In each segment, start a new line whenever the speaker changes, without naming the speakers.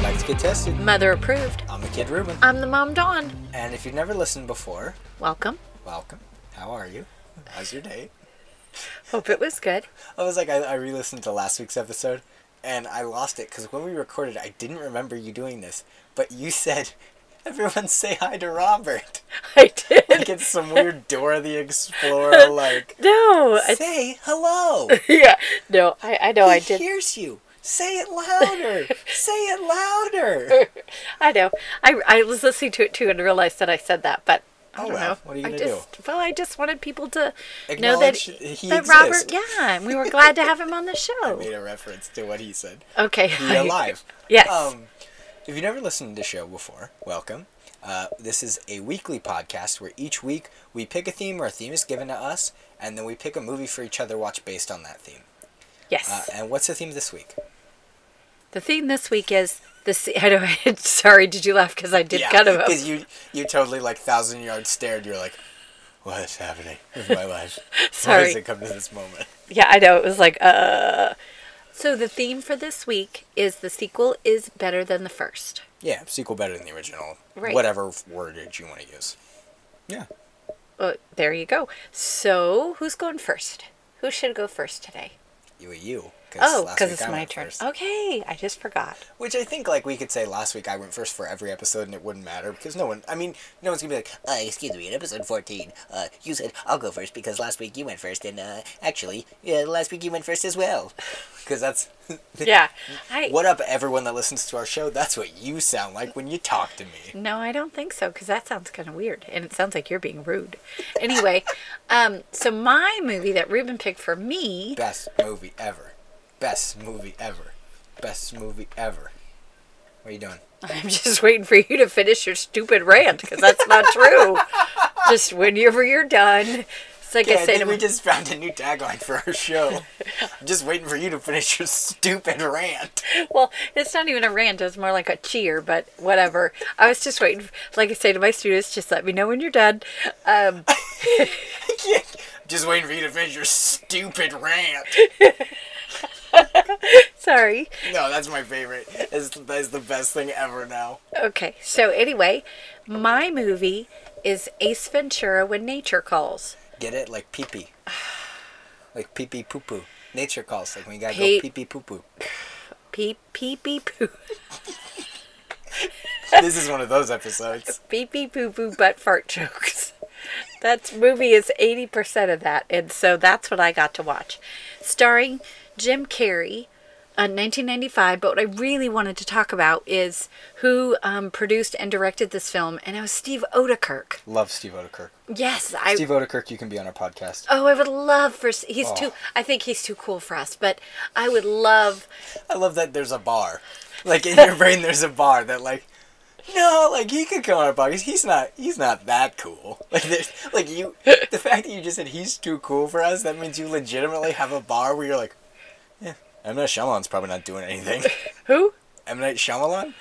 Casey.
Mother approved.
I'm the Kid Ruben.
I'm the mom Dawn.
And if you've never listened before,
Welcome.
welcome. How are you? How's your day?
Hope it was good.
I was like, I, I re listened to last week's episode and I lost it because when we recorded, I didn't remember you doing this, but you said, everyone say hi to Robert.
I
Like
did.
it's some weird Dora the Explorer, like,
No, I,
say hello.
yeah, no, I, I know I
he
did.
hears you. Say it louder. say it louder.
I know. I, I was listening to it too and realized that I said that, but I
Oh,
don't
well.
know.
What are you
I
gonna
just, do? Well, I just wanted people to know that,
Acknowledge he
that
exists.
Robert, yeah, and we were glad to have him on the show.
Made a reference to what he said.
Okay.
Be alive.
Yes.
Um, if you've never listened to the show before, welcome. Uh, this is a weekly podcast where each week we pick a theme or a theme is given to us, and then we pick a movie for each other to watch based on that theme. Uh,
yes.
and what's the theme this week?
the theme this week is the. se- I know. sorry, did you laugh? Because I did kind of.
because you you totally like thousand yard stared. You're like, what is happening with my life? Why does
Sorry.
it come to this moment?
Yeah, I know. It was like, uh. So the theme for this week is the sequel is better than the first.
Yeah, sequel better than the original.
Right.
Whatever wordage you want to use. Yeah.
Well, Oh, there you go. So who's going first? Who should go first today?
You a you. Cause
Oh,
last
because
week
it's
I
my
went
turn.
first.
Okay, I just forgot.
Which I think, like, we could say last week I went first for every episode and it wouldn't matter because no one, I mean, no one's gonna be like, uh, excuse me, in episode 14, uh, you said I'll go first because last week you went first and, uh, actually, yeah, last week you went first as well. Because that's.
Yeah. I
What up, everyone that listens to our show? That's what you sound like when you talk to me.
No, I don't think so because that sounds kind of weird and it sounds like you're being rude. Anyway, um so my movie that Ruben picked for me,
Best movie ever. Best movie ever. Best movie ever. What are you doing?
I'm just waiting for you to finish your stupid rant because that's not true. just whenever you're done. It's like
Yeah,
I
I
say to
think we just found a new tagline for our show. I'm just waiting for you to finish your stupid rant.
Well, it's not even a rant. It's more like a cheer, but whatever. I was just waiting. Like I say to my students, just let me know when you're done. Um,
Just waiting for you to finish your stupid rant.
sorry.
No, that's my favorite. It's, that's the best thing ever now.
Okay. So anyway, my movie is Ace Ventura: When Nature Calls.
Get it? Like pee pee. Like pee pee poo poo. Nature calls. Like when you gotta
Pee-
go pee pee poo poo.
Peep, peep, peep, poo,
This is one of those episodes.
beep, beep, boo, boo, butt fart jokes. That movie is 80% of that. And so that's what I got to watch. Starring Jim Carrey. Uh, 1995, but what I really wanted to talk about is who um, produced and directed this film, and it was Steve Odekirk.
Love Steve Odekirk.
Yes, I.
Steve Odekirk, you can be on our podcast.
Oh, I would love for. He's
Oh.
too. I think he's too cool for us, but I would love.
I love that there's a bar. Like in your brain, there's a bar that like. No, like he could come on our podcast. He's not. He's not that cool. Like, there's- like you. The fact that you just said he's too cool for us, that means you legitimately have a bar where you're like, yeah, M Night Shyamalan's probably not doing anything.
Who?
M Night Shyamalan,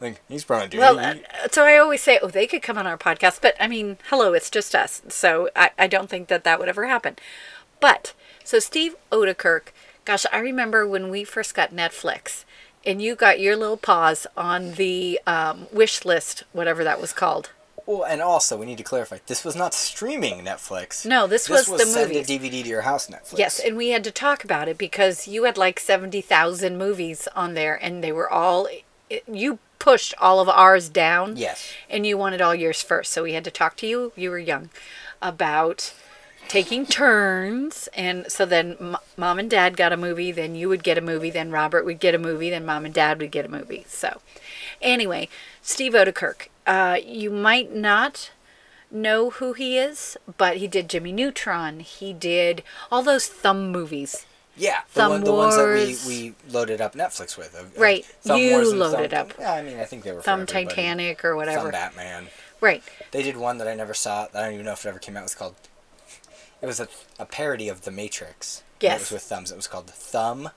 like he's probably not doing.
Well,
anything.
uh, so I always say, oh, they could come on our podcast, but I mean, hello, it's just us. So I, I don't think that that would ever happen. But so Steve Odekirk, gosh, I remember when we first got Netflix and you got your little paws on the um, wish list, whatever that was called.
Well, and also we need to clarify this was not streaming Netflix.
No, this was the
send
movies.
a DVD to your house Netflix.
Yes, and we had to talk about it because you had like 70,000 movies on there and they were all it- you pushed all of ours down.
Yes.
And you wanted all yours first. So we had to talk to you, you were young, about taking turns and so then m- mom and dad got a movie, then you would get a movie, then Robert would get a movie, then mom and dad would get a movie. So anyway, Steve Odekirk, uh you might not know who he is, but he did Jimmy Neutron. He did all those thumb movies.
Yeah, the,
Thumb
one, the ones that we,
Wars.
we loaded up Netflix with. of- of
Right,
Thumb
you
Wars and
loaded
Thumb-
up.
Yeah, I mean, I think they were
Thumb
for everybody.
Titanic or
Thumb
whatever.
Batman.
Right.
They did one that I never saw. I don't even know if it ever came out. It was called. It was a, a parody of The Matrix. and
Yes.
It was with thumbs. It was called Thumb,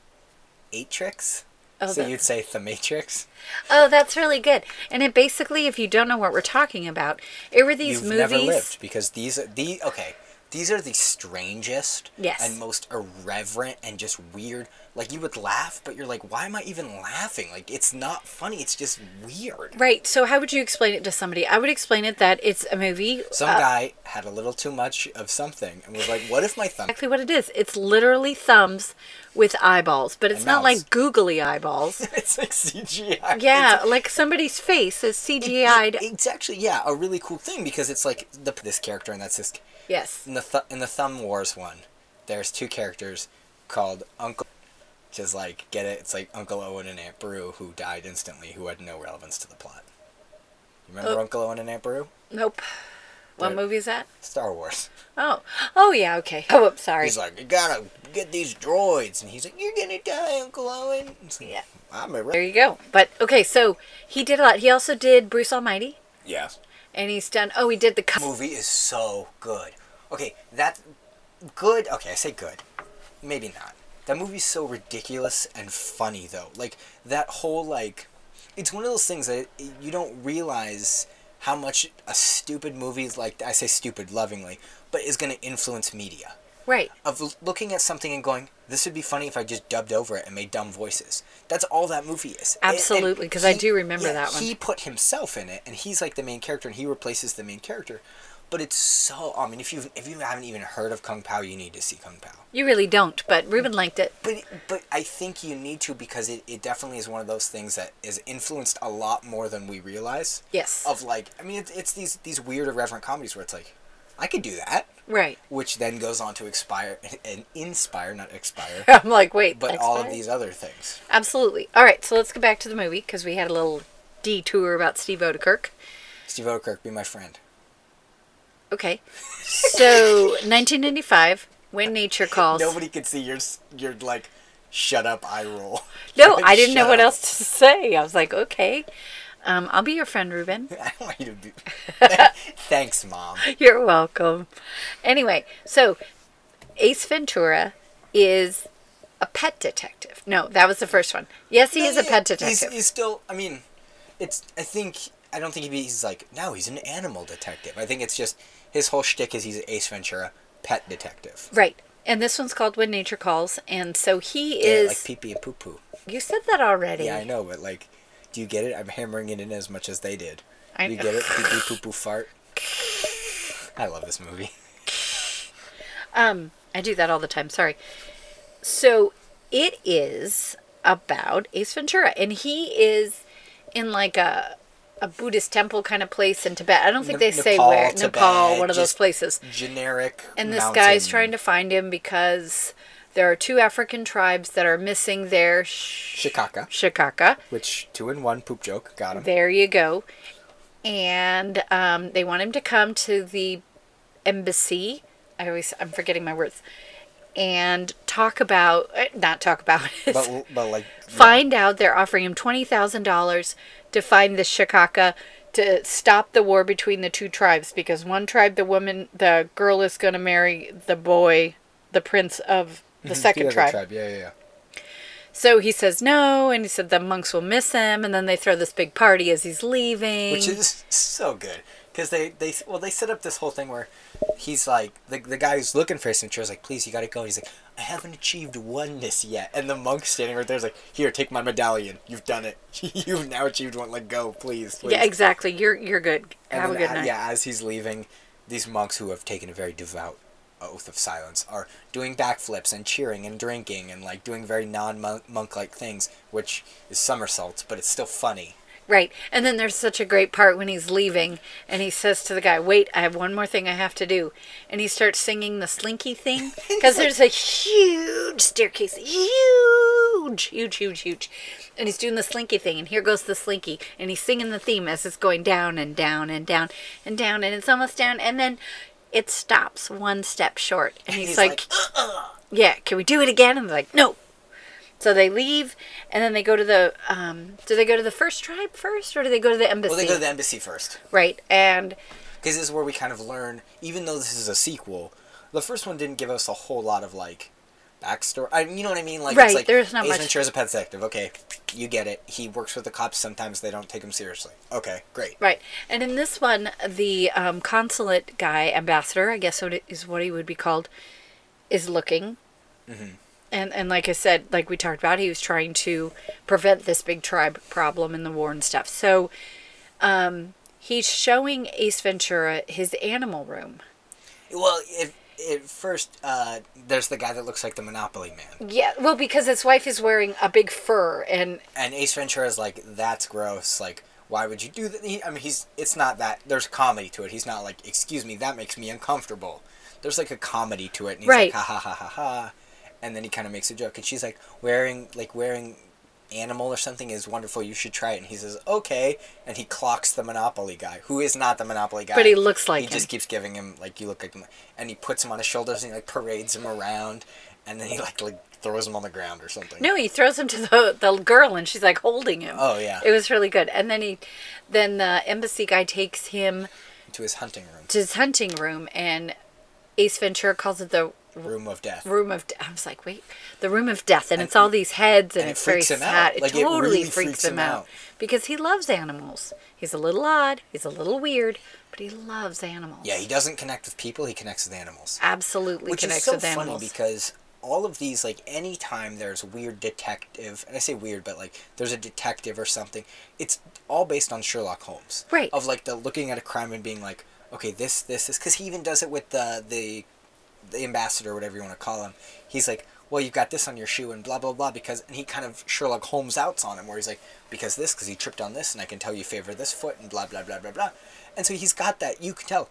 Atrix.
Oh,
so
that-
you'd say The Matrix.
Oh, that's really good. And it basically, if you don't know what we're talking about, it were these
You've
movies.
never lived because these are the okay. These are the strangest
Yes.
and most irreverent and just weird Like you would laugh, but you're like, why am I even laughing? Like it's not funny. It's just weird.
Right. So how would you explain it to somebody? I would explain it that it's a movie.
Some
uh,
guy had a little too much of something and was like, what if my thumb?
Exactly what it is. It's literally thumbs with eyeballs, but it's
And
not
mouths.
like googly eyeballs.
it's like CGI.
Yeah,
It's-
like somebody's face is
it-
CGI'd.
it's actually yeah a really cool thing because it's like the this character and that's this
Yes.
in the th- in the Thumb Wars one, there's two characters called Uncle, which is like get it. It's like Uncle Owen and Aunt Brew who died instantly, who had no relevance to the plot. You remember
Oh.
Uncle Owen and Aunt Brew?
Nope. What
Right.
movie is that?
Star Wars.
Oh. Oh yeah. Okay. Oh, I'm sorry.
He's like, you gotta get these droids, and he's like, you're gonna die, Uncle Owen. It's like,
Yeah.
I'm a
There
re-
you go. But okay, so he did a lot. He also did Bruce Almighty,
yeah.
and he's done. Oh, he did the. Co-
Movie is so good. Okay, that good. Okay, I say good. Maybe not. That movie's so ridiculous and funny though. Like that whole like, it's one of those things that you don't realize how much a stupid movie is like. I say stupid lovingly, but is going to influence media
right.
of l- looking at something and going, "This would be funny if I just dubbed over it and made dumb voices." That's all that movie is. And- and
Absolutely, 'cause I
he-
do remember that one.
He put himself in it, and he's like the main character, and he replaces the main character. But it's so. I mean, if you if you haven't even heard of Kung Pao, you need to see Kung Pao.
You really don't, but Ruben liked it.
But but I think you need to because it, it definitely is one of those things that is influenced a lot more than we realize.
Yes.
Of like, I mean, it's it's these these weird irreverent comedies where it's like, I could do that.
Right.
Which then goes on to expire and inspire, not expire,
I'm like, wait,
but
that's
all of
fine.
these other things.
Absolutely. All right, so let's go back to the movie because we had a little detour about Steve Odekirk.
Steve Odekirk, be my friend.
Okay. So 1995, When Nature Calls.
Nobody could see your s- your like shut up eye roll.
no,
Like,
I didn't know
shut
what
up.
else to say. I was like, okay, um, I'll be your friend, Ruben.
I don't want you to be. Thanks, mom.
You're welcome. Anyway, so Ace Ventura is a pet detective. No, that was the first one. Yes, he is a pet detective.
He's, he's still. I mean, it's. I think. I don't think he'd be, he's like. No, he's an animal detective. I think it's just his whole shtick is he's Ace Ventura, pet detective.
right. And this one's called When Nature Calls. And so he
Yeah,
is.
like pee pee and poo poo.
you said that already.
Yeah, I know, but like, do you get it? I'm hammering it in as much as they did.
I
you
know.
get it? Pee pee poo poo fart. I love this movie.
Um, I do that all the time. Sorry. So it is about Ace Ventura, and he is in like a a Buddhist temple kind of place in Tibet. I don't think
Ne-
they say
Nepal,
where Nepal,
Tibet,
one of those
just-
places.
Generic.
And this guy's
mountain-
trying to find him because there are two African tribes that are missing their sh-
Shikaka,
shikaka.
which two in one poop joke got him.
There you go. And um, they want him to come to the embassy. I always, I'm forgetting my words. And talk about, eh, not talk about it.
But but like
find out they're offering him $20,000 to find the Shikaka to stop the war between the two tribes because one tribe, the woman, the girl is going to marry the boy, the prince of the
Mm-hmm. the
second
other
tribe.
Yeah, yeah, yeah.
So he says no, and he said the monks will miss him, and then they throw this big party as he's leaving.
Which is so good because they they well they set up this whole thing where he's like the, the guy who's looking for his signature is like please you gotta go and he's like I haven't achieved oneness yet and the monk standing right there is like here take my medallion you've done it you've now achieved one like go please, please.
yeah, exactly. You're you're good.
And
Have a
then,
good
uh,
night.
Yeah, as he's leaving, these monks who have taken a very devout oath of silence are doing backflips and cheering and drinking and like doing very non-monk like things, which is somersaults, but it's still funny.
Right. And then there's such a great part when he's leaving, and he says to the guy, "Wait, I have one more thing I have to do," and he starts singing the Slinky thing because there's a huge staircase, huge, huge, huge, huge, and he's doing the Slinky thing, and here goes the Slinky, and he's singing the theme as it's going down and down and down and down, and it's almost down, and then. It stops one step short, and he's,
He's
like,
like,
"Yeah, can we do it again?" And they're like, "No, so they leave, and then they go to the. Um, do they go to the first tribe first, or do they go to the embassy?
Well, they go to the embassy first
right, and
because this is where we kind of learn. Even though this is a sequel, the first one didn't give us a whole lot of like backstory. I, you know what I mean? Like,
Right,
It's like
there's not
Ace
much-
Ventura's a pet detective. Okay, you get it. He works with the cops. Sometimes they don't take him seriously. Okay, great.
right, and in this one, the um, consulate
Mm-hmm.
guy, ambassador, I guess what it- is what he would be called, is looking, and and like I said, like we talked about, he was trying to prevent this big tribe problem and the war and stuff. So, um, he's showing Ace Ventura his animal room.
Well, it, it first, uh, there's the guy that looks like the Monopoly man.
Yeah, well, because his wife is wearing a big fur, and
And Ace Ventura is like, that's gross. Like, why would you do that? He, I mean, he's, it's not that, there's comedy to it. He's not like, excuse me, that makes me uncomfortable. There's like a comedy to it. And he's
Right.
like, ha ha ha ha ha. And then he kind of makes a joke. And she's like, wearing, like, wearing animal or something is wonderful. You should try it. And he says, okay. And he clocks the Monopoly guy, who is not the Monopoly guy.
But he looks like
He
him.
just keeps giving him, like, you look like him. And he puts him on his shoulders and he, like, parades him around. And then he, like, like throws him on the ground or something.
no, he throws him to the the girl, and she's like holding him.
Oh, yeah.
it was really good. And then he, then the embassy guy takes him
To his hunting room.
to his hunting room, and Ace Ventura calls it the
Room of death.
room of de- I was like, wait, the room of death, and, it's all these heads, and,
and it
it's
freaks
very
him
sad.
out. Like,
it
it
totally
really
freaks,
freaks
him
him
out
out.
because he loves animals. He's a little odd. He's a little weird, but he loves animals.
Yeah, he doesn't connect with people. He connects with animals,
absolutely
which is
connects
so
with
funny
animals.
because all of these, like, anytime there's weird detective, and I say weird, but like, there's a detective or something. It's all based on Sherlock Holmes,
Right.
Of like the looking at a crime and being like, okay, this, this, this, because he even does it with the the the ambassador, whatever you want to call him. He's like. Well, you've got this on your shoe and blah blah blah because and he kind of Sherlock Holmes outs on him where he's like because this because he tripped on this and I can tell you favor this foot and blah blah blah blah blah, and so he's got that you can tell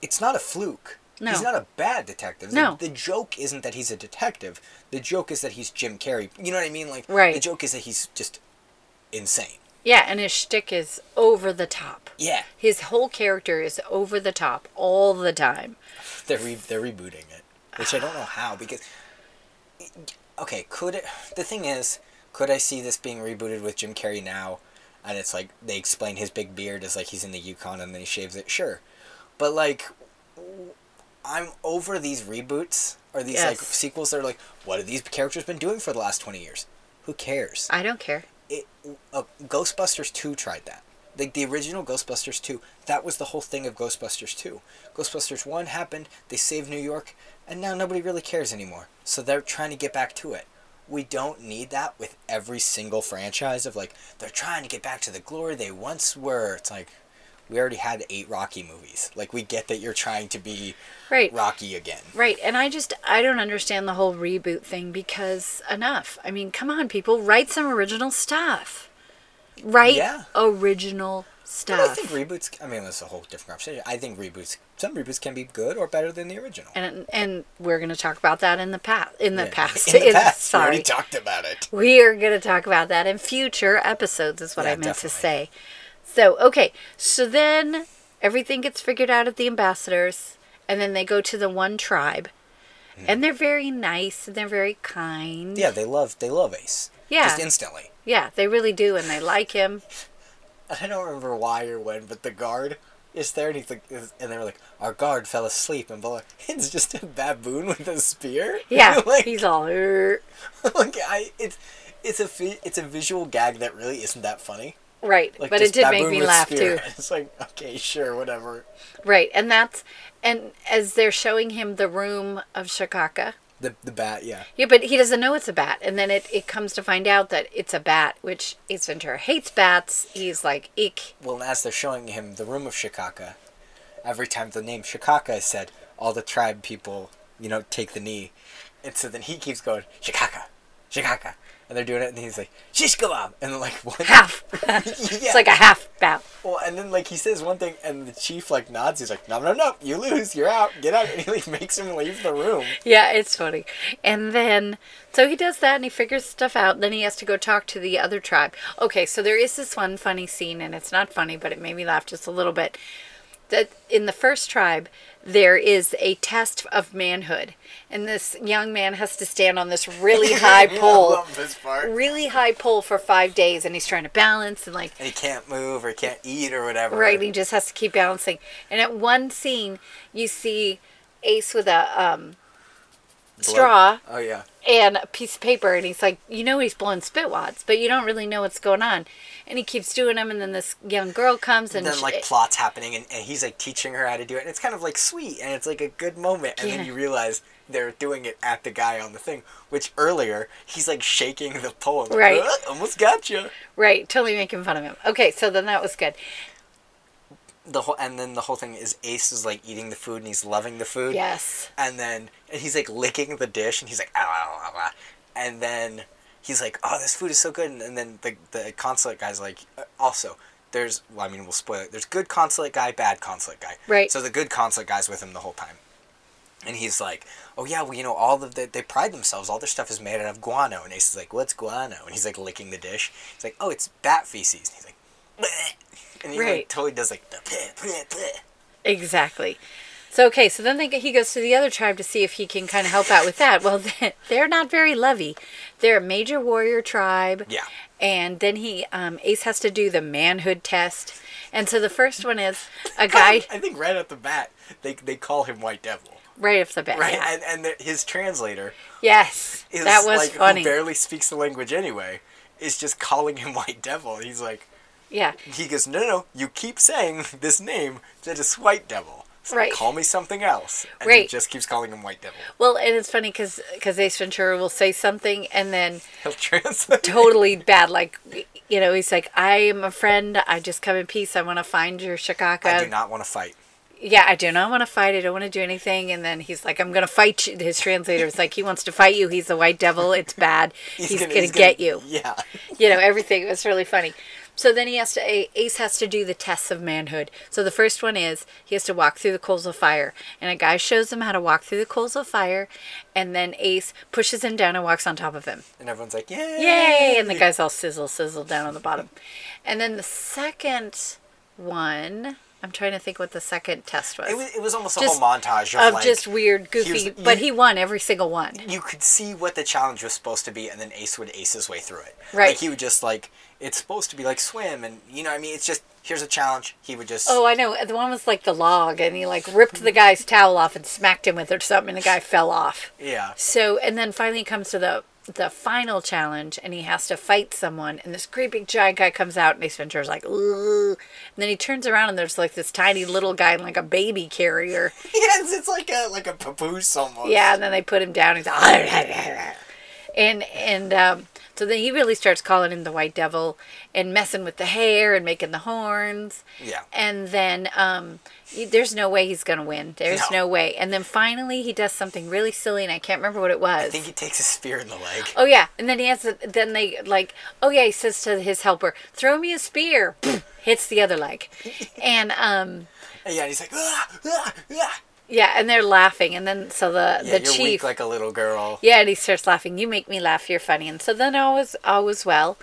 it's not a fluke.
No.
He's not a bad detective. The-
No.
The, joke isn't that he's a detective. The joke is that he's Jim Carrey. You know what I mean? Like
Right.
the joke is that he's just insane.
yeah, and his shtick is over the top.
Yeah.
His whole character is over the top all the time.
They're re- they're rebooting it, which I don't know how because okay, could it, the thing is, could I see this being rebooted with Jim Carrey now and it's like they explain his big beard as like he's in the Yukon and then he shaves it? Sure. But like I'm over these reboots or these like
Yes.
sequels that are like what have these characters been doing for the last 20 years? Who cares?
I don't care.
it uh, Ghostbusters 2 tried that. Like the original Ghostbusters 2, that was the whole thing of Ghostbusters 2. Ghostbusters 1 happened, they saved New York, and now nobody really cares anymore. So they're trying to get back to it. We don't need that with every single franchise of like they're trying to get back to the glory they once were. It's like we already had 8 Rocky movies. Like we get that you're trying to be
Right.
Rocky again.
Right, and I just I don't understand the whole reboot thing because enough. I mean, come on, people, write some original stuff. Write
Yeah.
original
But I
stuff.
think reboots I mean that's a whole different conversation. I think reboots some reboots can be good or better than the original.
and and we're gonna talk about that in the past. In the
Yeah.
past.
In the
In-
past. We
Sorry.
already talked about it.
we are gonna talk about that in future episodes. Is what
Yeah,
I meant to
definitely.
say. So okay, so then everything gets figured out at the ambassadors, and then they go to the one tribe, and they're very nice and they're very kind.
Yeah, they love they love Ace.
Yeah.
Just instantly.
Yeah, they really do, and they like him.
I don't remember why or when, but the guard is there, and he's like, is- and they were like, "Our guard fell asleep," and blah. It's just a baboon with a spear.
Yeah,
like,
he's all. "Er."
like I, it's it's a fi- it's a visual gag that really isn't that funny.
Right,
Like,
but it
just
did make
baboon
me
with
laugh
spear.
too.
It's like okay, sure, whatever.
Right, and that's and as they're showing him the room of Shakaka.
The the bat, yeah.
Yeah, but he doesn't know it's a bat, and then it, it comes to find out that it's a bat, which Ace Ventura hates bats. He's like, eek.
Well, and as they're showing him the room of Shikaka, every time the name Shikaka is said, all the tribe people, you know, take the knee. And so then he keeps going, Shikaka, Shikaka. And they're doing it, and he's like, Shish kebab! And then, like, one.
Half.
yeah.
It's like a half bat.
Well, and then, like, he says one thing, and the chief, like, nods. He's like, no, no, no, you lose, you're out, get out. And he, like, makes him leave the room.
Yeah, it's funny. And then, so he does that and he figures stuff out. Then he has to go talk to the other tribe. Okay, so there is this one funny scene, and it's not funny, but it made me laugh just a little bit. That in the first tribe, there is a test of manhood, and this young man has to stand on this really high
I
pole,
love this part.
really high pole for five days, and he's trying to balance and like
And he can't move or can't eat or whatever.
Right, he just has to keep balancing. And at one scene, you see Ace with a um, straw
Oh yeah.
and a piece of paper and he's like you know he's blowing spit wads but you don't really know what's going on and he keeps doing them and then this young girl comes and,
And then like
she- eh,
plots happening, and, and he's like teaching her how to do it, and it's kind of like sweet, and it's like a good moment, and
Yeah.
then you realize they're doing it at the guy on the thing, which earlier he's like shaking the poem, like,
Right.
"Ah, almost gotcha.
right totally making fun of him okay so then that was good
The whole and then the whole thing is Ace is like eating the food and he's loving the food,
yes
and then and he's like licking the dish and he's like ah, ah, ah, ah," and then he's like oh this food is so good and, and then the the consulate guy's like "Uh, also there's well I mean we'll spoil it there's good consulate guy bad consulate guy
Right.
so the good consulate guy's with him the whole time and he's like oh yeah well you know all of the, they pride themselves all their stuff is made out of guano and Ace is like what's guano and he's like licking the dish he's like oh it's bat feces and he's like Bleh. and he
Right.
like, totally does like the bleh, bleh, bleh.
Exactly. So okay, so then they, he goes to the other tribe to see if he can kind of help out with that. Well, they- they're not very lovey. They're a major warrior tribe.
Yeah.
And then he um, Ace has to do the manhood test, and so the first one is a guy
I think right at the bat they they call him White Devil.
right off the bat.
Right,
yeah.
and, and the, his translator
Yes,
is
that was
like
funny.
who barely speaks the language anyway. Is just calling him White Devil. He's like,
yeah.
he goes, no, no, no, you keep saying this name that is White Devil. So
Right.
Call me something else. And he
Right.
just keeps calling him White Devil.
Well, and it's funny because Ace Ventura will say something and then
He'll translate.
totally bad. Like, you know, he's like, "I am a friend. I just come in peace. I want to find your Shikaka."
I do not want to fight.
yeah, I do not want to fight. I don't want to do anything. And then he's like, I'm going to fight you. His translator's like, he wants to fight you. He's a white devil. It's bad. he's going
he's
to get you.
Yeah.
You know, everything. It was really funny. So then he has to, A- Ace has to do the tests of manhood. So the first one is he has to walk through the coals of fire. And a guy shows him how to walk through the coals of fire. And then Ace pushes him down and walks on top of him.
And everyone's like, yay.
Yay! And the guy's all sizzle, sizzle down on the bottom. And then the second one, I'm trying to think what the second test was
It was, it was almost
Just-
a whole montage of,
of
like,
just weird,
was-
goofy.
you-
but he won every single one.
you could see what the challenge was supposed to be, and then Ace would ace his way through it.
Right.
Like he would just like it's supposed to be like swim, and you know, what I mean, it's just here's a challenge. He would just
Oh, I know. The one was like the log, and he like ripped the guy's towel off and smacked him with it or something, and the guy fell off.
yeah,
So, and then finally he comes to the the final challenge, and he has to fight someone. And this great big giant guy comes out, and Ace Ventura's like, "Ooh," and then he turns around, and there's like this tiny little guy in like a baby carrier.
yes, it's like a like a papoose almost.
Yeah, and then they put him down. He's like, and and um, so then he really starts calling him the White Devil and messing with the hair and making the horns.
Yeah.
And then um, y- there's no way he's gonna win. There's no.
No.
way. And then finally he does something really silly, and I can't remember what it was.
I think he takes a spear in the leg.
Oh yeah, and then he has. the- Then they like. Oh yeah, he says to his helper, "Throw me a spear." Hits the other leg, and um,
And yeah, he's like ah, ah, ah.
yeah, and they're laughing, and then so the
Yeah,
the
you're
chief
weak like a little girl.
Yeah, and he starts laughing. You make me laugh. You're funny. And so then all was all was well,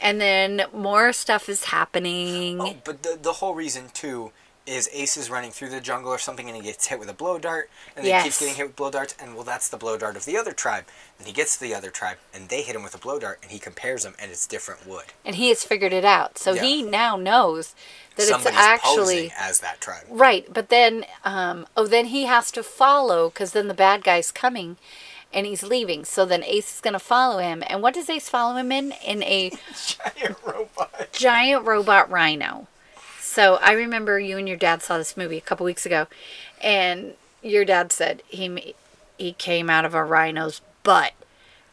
and then more stuff is happening.
Oh, but the the whole reason too is Ace is running through the jungle or something and he gets hit with a blow dart and then he
Yes.
keeps getting hit with blow darts and well that's the blow dart of the other tribe and he gets to the other tribe and they hit him with a blow dart and he compares them and it's different wood.
And he has figured it out. So
Yeah.
he now knows that
Somebody's
it's actually
posing as that tribe.
right. But then, um, oh, then he has to follow because then the bad guy's coming, and he's leaving. So then Ace is gonna follow him. And what does Ace follow him in? In a
Giant robot.
giant robot rhino. So I remember you and your dad saw this movie a couple weeks ago, and your dad said he ma- he came out of a rhino's butt,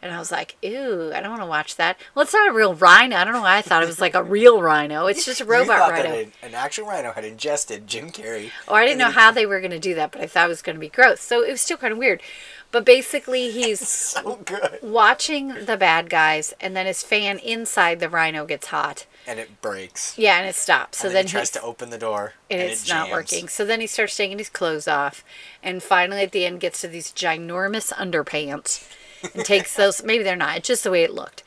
and I was like, "Ew, I don't want to watch that." Well, it's not a real rhino. I don't know why I thought it was like a real rhino. It's just a
you
robot
thought
rhino. Oh.
That an, an actual rhino had ingested Jim Carrey.
Or I didn't know how they were going to do that, but I thought it was going to be gross. So it was still kind of weird. But basically, he's
So good.
watching the bad guys, and then his fan inside the rhino gets hot.
And it breaks.
Yeah, and it stops. So
and
then
then he tries to
he's-
open the door.
and,
it
it's not
jams.
working. So then he starts taking his clothes off, and finally at the end gets to these ginormous underpants, and takes those. Maybe they're not. It's just the way it looked,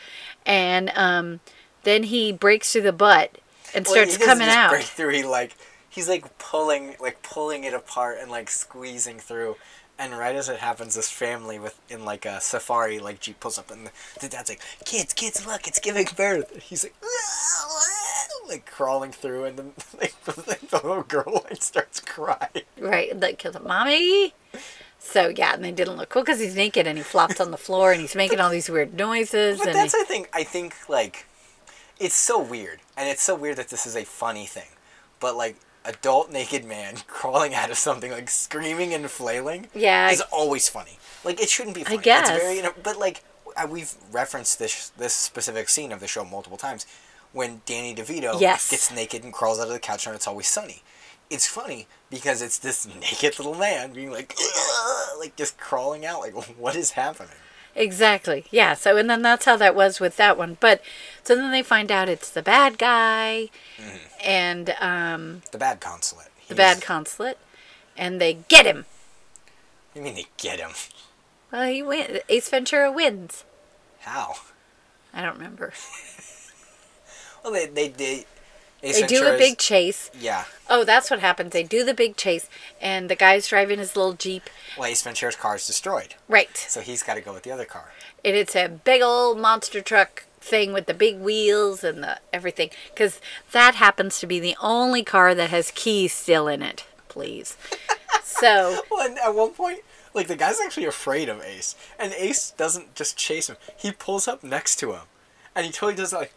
and um, then he breaks through the butt and
Well,
starts
he doesn't
coming
just
out.
Break through. He like he's like pulling like pulling it apart and like squeezing through. And right as it happens, this family with in like a safari like jeep pulls up, and the, the dad's like, "Kids, kids, look, it's giving birth." And he's like, like crawling through, and then like the, the little girl like starts crying.
Right, like 'cause, mommy. So yeah, and they didn't look cool because he's naked and he flops on the floor and he's making all these weird noises.
But
and
that's
he-
the thing. I think like it's so weird, and it's so weird that this is a funny thing. But like adult naked man crawling out of something like screaming and flailing,
Yeah, I-
is always funny. Like it shouldn't be. funny.
guess.
it's very. But like I- we've referenced this this specific scene of the show multiple times when Danny DeVito
Yes.
gets naked and crawls out of the couch and it's always sunny. It's funny because it's this naked little man being like, like just crawling out. Like, what is happening?
exactly. Yeah. So and then that's how that was with that one. But so then they find out it's the bad guy,
Mm-hmm.
and um,
The bad consulate.
the bad consulate, and they get him.
You mean they get him?
Well, he win. Ace Ventura wins.
How?
I don't remember.
Well, they they they. Ace
They do
Ventura
a
is-
big chase.
Yeah,
Oh, that's what happens. They do the big chase, and the guy's driving his little jeep.
well, Ace Ventura's car is destroyed,
Right.
so he's got to go with the other car.
and it's a big old monster truck thing with the big wheels and the everything because that happens to be the only car that has keys still in it please so
Well, and at one point, like the guy's actually afraid of Ace, and Ace doesn't just chase him. He pulls up next to him, and he totally does like,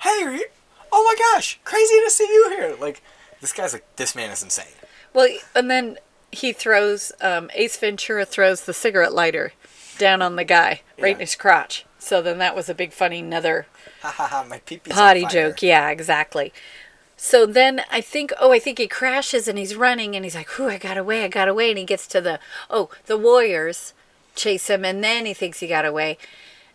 "Hey, are you? Oh my gosh, crazy to see you here!" Like this guy's like, "This man is insane."
well and then he throws um, ace ventura throws the cigarette lighter down on the guy right in
Yeah.
his crotch so then that was a big funny another
Ha ha ha! My peepee's on
potty
fire.
joke yeah exactly so then i think oh i think he crashes and he's running and he's like whoo i got away i got away and he gets to the oh the warriors chase him and then he thinks he got away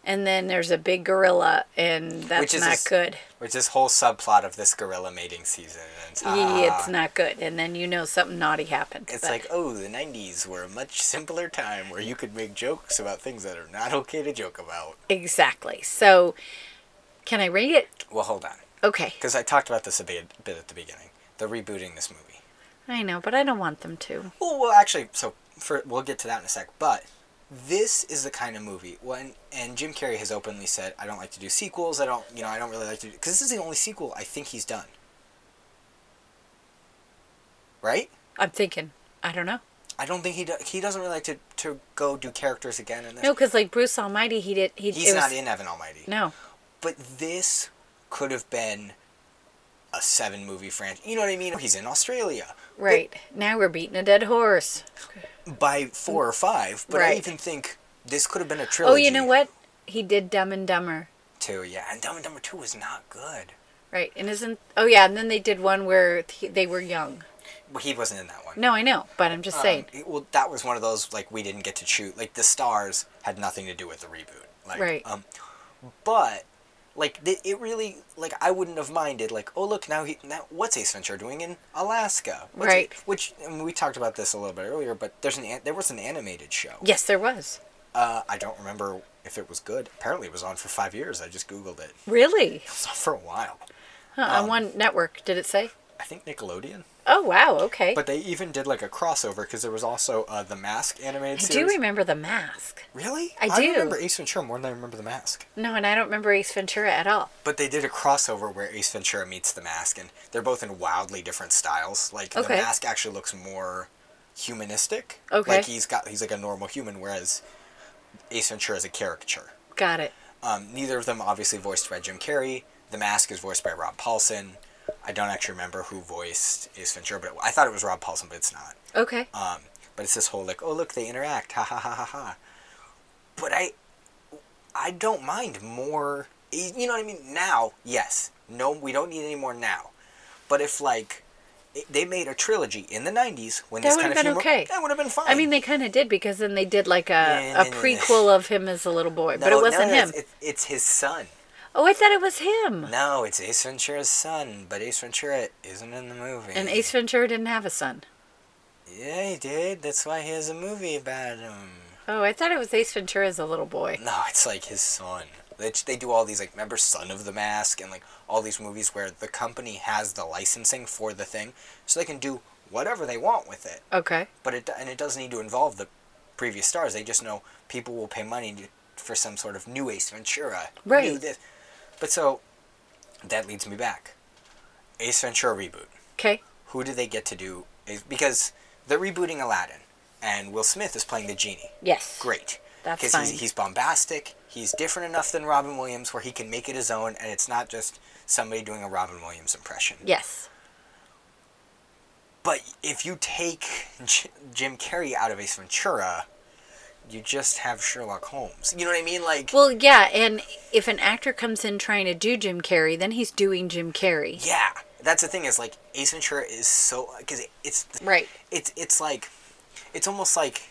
and then there's a big gorilla and that's
Which is
not
this-
good
Which this whole subplot of this gorilla mating season. And it's,
Yeah,
ah,
it's not good and then you know something naughty happened
It's
But-
like, oh, the 90s were a much simpler time where you could make jokes about things that are not okay to joke about.
exactly so can i rate it
Well, hold on.
okay
Because I talked about this a bit, bit at the beginning. The rebooting this movie.
i know but i don't want them to
Well, well, actually, so for, we'll get to that in a sec. But this is the kind of movie when and Jim Carrey has openly said, I don't like to do sequels. I don't, you know, I don't really like to do because this is the only sequel I think he's done. Right?
i'm thinking i don't know
I don't think he do, he doesn't really like to, to go do characters again. In this.
no because like bruce almighty he did he
he's
it was-
not in Evan Almighty.
no
But this could have been a seven movie franchise. You know what I mean? He's in Australia
Right. now we're beating a dead horse.
by four or five, but I
Right.
even think this could have been a
Oh,
trilogy.
you know what? He did Dumb and Dumber.
Two, yeah, and Dumb and Dumber Two was not good.
Right. And isn't. Oh, yeah. And then they did one where he, they were young.
Well, he wasn't in that one.
No, I know. But I'm just saying.
Um, well, that was one of those like we didn't get to choose. Like the stars had nothing to do with the reboot. Like,
Right.
Um, but like th- it really like I wouldn't have minded. Like oh look now he now what's Ace Ventura doing in Alaska? What's he-
Right.
which and we talked about this a little bit earlier, but there's an, an there was an animated show.
Yes, there was.
Uh, I don't remember if it was good. Apparently, it was on for five years. I just googled it.
Really?
It was on for a while.
Huh,
Um.
on one network, did it say?
I think Nickelodeon.
Oh, wow. Okay.
But they even did like a crossover because there was also uh, the Mask animated
I do
series.
remember the mask.
Really?
I do.
remember Ace Ventura more than I remember The Mask.
No, and I don't remember Ace Ventura at all.
But they did a crossover where Ace Ventura meets The Mask, and they're both in wildly different styles. Like The
Okay.
Mask actually looks more humanistic.
Okay.
Like he's got he's like a normal human, whereas Ace Ventura is a caricature.
Got it.
Um, neither of them obviously voiced by Jim Carrey. The Mask is voiced by Rob Paulson. I don't actually remember who voiced Ace Ventura, but I thought it was Rob Paulson, but it's not.
Okay.
Um, but it's this whole like, oh look, they interact, ha ha ha ha ha. But I, I don't mind more. You know what I mean? Now, yes, no, we don't need any more now. But if like, it, they made a trilogy in the '90s when
That
this
would
kind
have
of
been
humor,
okay.
that would have been fine.
I mean, they kind of did because then they did like a,
Yeah,
a
no, no, no.
prequel of him as a little boy,
No,
but it
no,
wasn't
no,
him.
It's, it- it's his son.
oh, I thought it was him.
No, it's Ace Ventura's son, but Ace Ventura isn't in the movie.
And Ace Ventura didn't have a son.
Yeah, he did. That's why he has a movie about him.
Oh, I thought it was Ace Ventura as a little boy.
No, it's like his son. They, they do all these like remember Son of the Mask and like all these movies where the company has the licensing for the thing, so they can do whatever they want with it.
Okay.
But it and it doesn't need to involve the previous stars. They just know people will pay money to, for some sort of new Ace Ventura, New
Right.
this. But so that leads me back. Ace Ventura reboot.
Okay.
Who do they get to do? Ace- Because they're rebooting Aladdin. and Will Smith is playing the genie.
Yes.
Great.
That's
Because
fine.
he's, he's bombastic. He's different enough than Robin Williams where he can make it his own, and it's not just somebody doing a Robin Williams impression.
Yes.
But if you take J- Jim Carrey out of Ace Ventura, you just have Sherlock Holmes. You know what I mean? Like,
Well, yeah, and if an actor comes in trying to do Jim Carrey, then he's doing Jim Carrey.
yeah, that's the thing is like Ace Ventura is so because it's
Right.
It's it's like, it's almost like,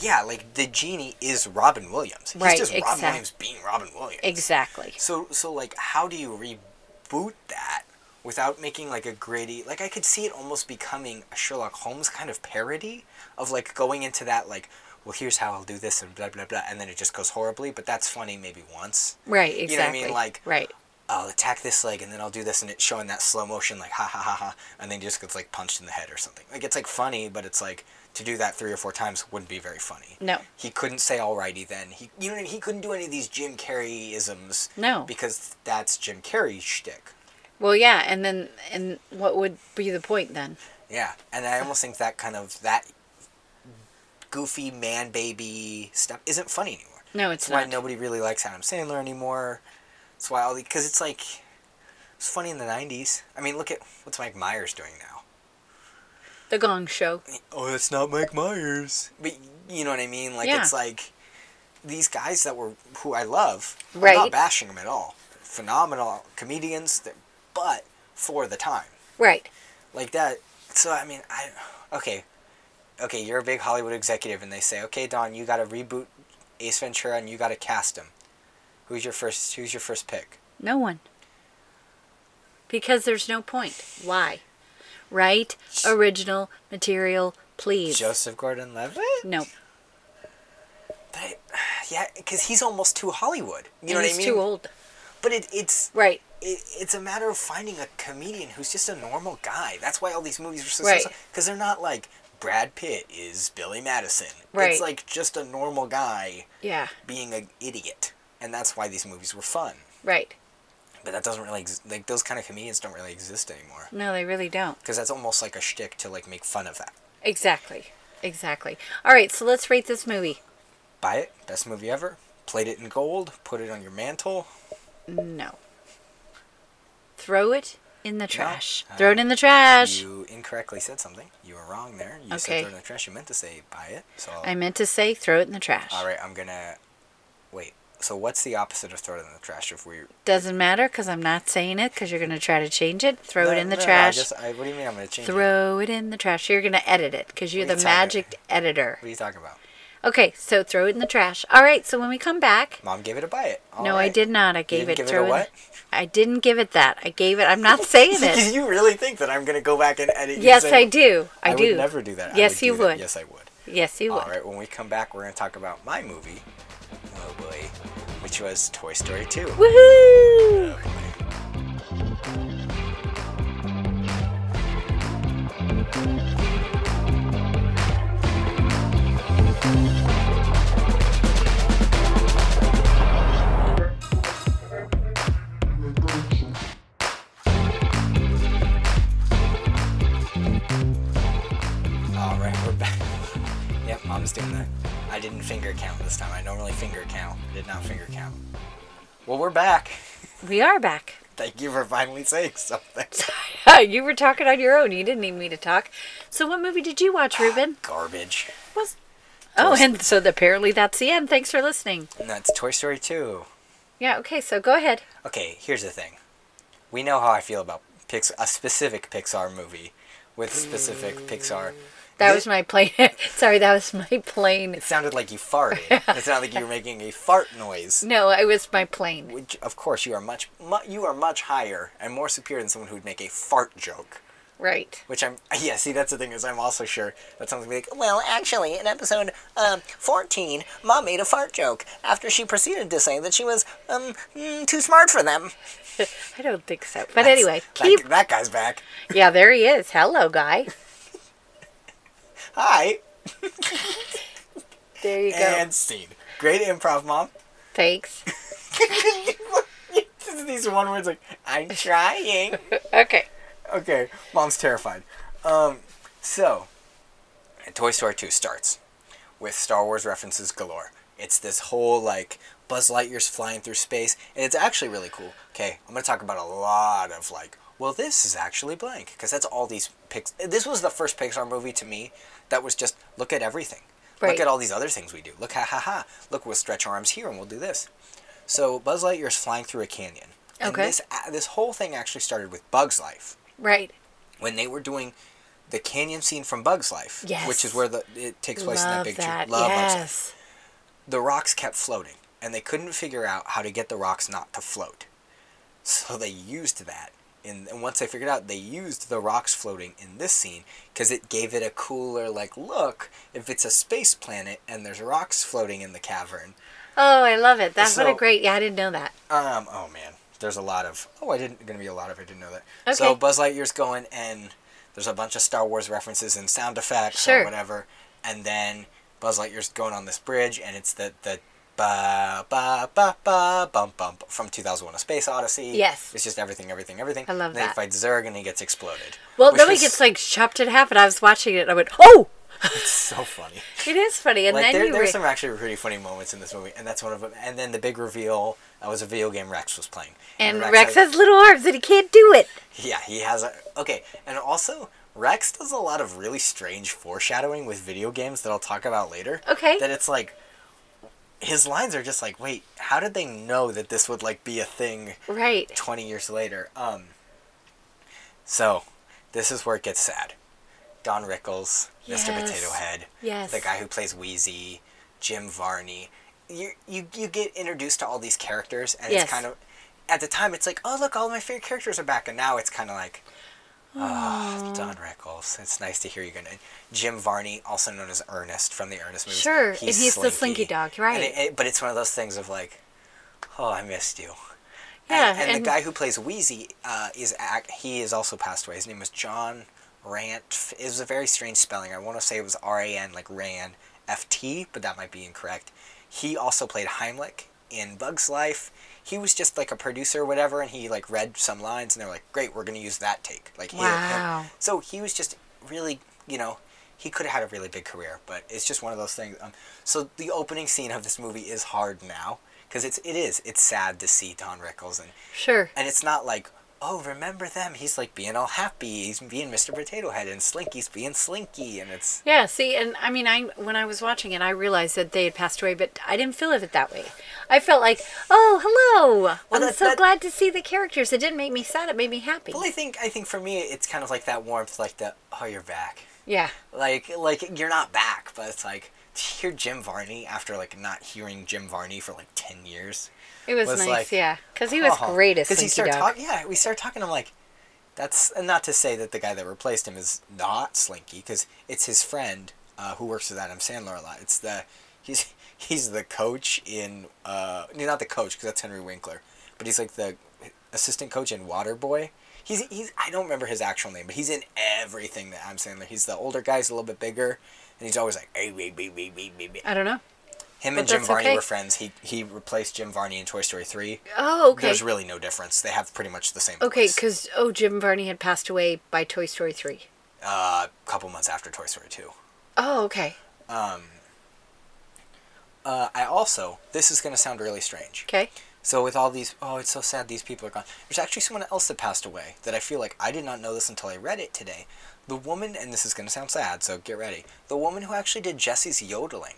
yeah, like the genie is Robin Williams. He's
Right,
just
exact-
Robin Williams being Robin Williams.
Exactly.
So so like how do you reboot that without making like a gritty like I could see it almost becoming a Sherlock Holmes kind of parody of like going into that like well here's how I'll do this and blah blah blah and then it just goes horribly but that's funny maybe once.
Right,
You know what I
exactly.
mean? Like-
right.
I'll attack this leg and then I'll do this and it's showing that slow motion like ha ha ha ha and then he just gets like punched in the head or something. Like it's like funny but it's like to do that three or four times wouldn't be very funny.
No.
He couldn't say alrighty then. He you know what I mean? he couldn't do any of these Jim Carrey isms.
No.
Because that's Jim Carrey's shtick.
Well, yeah, and then and what would be the point then?
Yeah, and I almost think that kind of that goofy man baby stuff isn't funny anymore.
No, it's
That's why
not.
nobody really likes Adam Sandler anymore. That's why all the because it's like it's funny in the '90s. I mean, look at what's Mike Myers doing now.
The Gong Show.
Oh, that's not Mike Myers. But you know what I mean? Like
Yeah.
it's like these guys that were who I love. I'm
Right.
not bashing them at all. Phenomenal comedians, that- but for the time.
Right.
like that. So I mean, I okay, okay. You're a big Hollywood executive, and they say, okay, Don, you got to reboot Ace Ventura, and you got to cast him. Who's your first? Who's your first pick?
No one. Because there's no point. Why? Right? Original material, please.
Joseph Gordon-Levitt.
no.
But, yeah, because he's almost too Hollywood. You know
and
what I
he's
mean?
too old.
But it, it's
Right.
it, it's a matter of finding a comedian who's just a normal guy. That's why all these movies are so
Right.
because they're not like Brad Pitt is Billy Madison.
Right.
It's like just a normal guy
Yeah.
being an idiot, and that's why these movies were fun.
Right.
But that doesn't really ex- like those kind of comedians don't really exist anymore
No, they really don't.
because that's almost like a shtick to like make fun of that.
Exactly. Exactly. All right, so let's rate this movie.
Buy it, best movie ever. Plate it in gold, put it on your mantle.
No. Throw it in the trash.
Uh,
Throw it in the trash.
You incorrectly said something. You were wrong there. You
Okay.
said throw it in the trash. You meant to say buy it. So
I meant to say throw it in the trash.
all right, I'm gonna wait. So what's the opposite of throw it in the trash? If we
Doesn't matter because I'm not saying it because you're going to try to change it. Throw
No,
it in the
no, no, I
trash.
just- I- what do you mean I'm gonna change? it?
Throw it in the trash. You're going to edit it because you're
What are
the
you talking
magic editor.
What are you talking about?
Okay, so throw it in the trash. All right, so when we come back.
Mom gave it a buy it. All
no, I
right.
did not. I gave
didn't
it
give it a
throw
what?
I didn't give it that. I gave it. I'm not saying it.
you really think that I'm gonna go back and edit? you
Yes,
saying-
I do. I, do.
would never do that. I
Yes,
do
you
that.
would.
Yes, I would.
Yes, you would.
All right, when we come back, we're going to talk about my movie, oh boy, which was Toy Story 2.
Woohoo!
Oh, boy. All right, we're back. Yep, mom's doing that. I didn't finger count this time. I normally finger count. I did not finger count. Well, we're back.
We are back.
Thank you for finally saying something.
you were talking on your own. You didn't need me to talk. So, what movie did you watch, Ruben?
Garbage.
Was oh, and so apparently that's the end. Thanks for listening.
And that's Toy Story 2.
Yeah. Okay. So go ahead.
Okay, here's the thing. We know how I feel about Pix- a specific Pixar movie with specific Pixar.
That
Thi-
was my plane. Sorry, that was my plane.
It sounded like you farted. it sounded like you were making a fart noise.
No, it was my plane.
Which, of course, you are much, mu- you are much higher and more superior than someone who would make a fart joke.
Right.
Which I'm, yeah, see, that's the thing is I'm also sure that someone's gonna be like, well, actually, in episode um, 14, Mom made a fart joke after she proceeded to say that she was um, mm, too smart for them.
I don't think so. But anyway, keep.
That, that guy's back.
Yeah, there he is. Hello, guy.
Hi,
There you go.
and scene. Great improv, Mom.
Thanks.
These one words like, I'm trying.
Okay.
okay, mom's terrified. Um, so, And Toy Story 2 starts with Star Wars references galore. It's this whole like Buzz Lightyear's flying through space, and it's actually really cool. Okay, I'm gonna talk about a lot of like, well, this is actually blank because that's all these pics. This was the first Pixar movie to me that was just look at everything.
Right.
Look at all these other things we do. Look, ha ha ha. Look, we'll stretch arms here and we'll do this. So Buzz Lightyear's flying through a canyon. And
Okay.
This uh, this whole thing actually started with Bug's Life
Right.
when they were doing the canyon scene from Bug's Life,
Yes.
which is where the it takes place in that
Love
big
that.
tree. Love Bug's Life.
yes.
The rocks kept floating, and they couldn't figure out how to get the rocks not to float. So they used that, and, and once they figured out, they used the rocks floating in this scene because it gave it a cooler like look. If it's a space planet and there's rocks floating in the cavern,
Oh, I love it. That's what a
So-
great. Yeah, I didn't know that.
um, oh man, there's a lot of. Oh, I didn't. Gonna be a lot of. I didn't know that.
Okay.
So Buzz Lightyear's going, and there's a bunch of Star Wars references and sound effects
Sure.
or whatever, and then Buzz Lightyear's going on this bridge, and it's the the ba ba ba ba bump bump from 2001: A Space Odyssey.
Yes.
It's just everything, everything, everything.
I love
and then
that.
He fights Zurg, and he gets exploded.
Well,
which
then he
was
gets like chopped in half, and I was watching it. and I went, "Oh,
so funny.
it is funny." And
Like
then
there,
you
there's
re-
some actually pretty funny moments in this movie, and that's one of them. And then the big reveal. That was a video game Rex was playing.
and Rex,
had-
has little arms, and he can't do it.
Yeah, he has a okay, and also Rex does a lot of really strange foreshadowing with video games that I'll talk about later.
Okay.
That it's like his lines are just like, wait, how did they know that this would like be a thing
Right.
twenty years later? Um. So, this is where it gets sad. Don Rickles, Mr.
Yes.
Potato Head,
Yes.
the guy who plays Wheezy, Jim Varney. You you you get introduced to all these characters, and
Yes.
it's kind of at the time it's like, oh look, all my favorite characters are back, and now it's kind of like, oh, Don Rickles. It's nice to hear you gonna Jim Varney, also known as Ernest from the Ernest movies.
Sure, and he's the Slinky Dog,
And
right.
it- it- but it's one of those things of like, oh, I missed you.
Yeah,
and, and,
and-
the guy who plays Wheezy uh, is ac- he is also passed away. His name was John Rant. It was a very strange spelling. I want to say it was R A N like Ran F T, but that might be incorrect. He also played Heimlich in Bug's Life. He was just like a producer, or whatever, and he like read some lines, and they were like, "Great, we're gonna use that take." Like, he- him-
Wow.
so he was just really, you know, he could have had a really big career, but it's just one of those things. Um, so the opening scene of this movie is hard now because it's it is it's sad to see Don Rickles and
Sure.
and it's not like oh remember them he's like being all happy he's being Mr. Potato Head and Slinky's being Slinky and it's
Yeah, see, and I mean, I when I was watching it, I realized that they had passed away, but I didn't feel it that way. I felt like, oh, hello! I'm
that-
so
that-
glad to see the characters. It didn't make me sad; it made me happy.
well I think I think for me it's kind of like that warmth like the oh you're back
Yeah,
like like you're not back but it's like to hear Jim Varney after like not hearing Jim Varney for like ten years
it was,
Was
nice.
like,
yeah, because he was great as
Because Uh-huh. he
Slinky Dog.
started talking. Yeah, we started talking. I'm like, that's and not to say that the guy that replaced him is not Slinky, because it's his friend uh, who works with Adam Sandler a lot. It's the he's he's the coach in uh no, not the coach because that's Henry Winkler, but he's like the assistant coach in Waterboy. He's he's I don't remember his actual name, but he's in everything that Adam Sandler. He's the older guy. He's a little bit bigger, and he's always like, hey, wee, wee, wee, wee, wee, wee."
I don't know.
him
But
and Jim
that's
Varney
okay.
were friends. He he replaced Jim Varney in Toy Story three.
Oh, okay.
There's really no difference. They have pretty much the same.
Okay,
voice.
because oh, Jim Varney had passed away by Toy Story three.
uh, a couple months after Toy Story two.
Oh, okay,
Uh, I also this is gonna sound really strange.
okay.
So with all these, oh, it's so sad. These people are gone. There's actually someone else that passed away that I feel like I did not know this until I read it today. The woman, and this is gonna sound sad, so get ready. The woman who actually did Jesse's yodeling,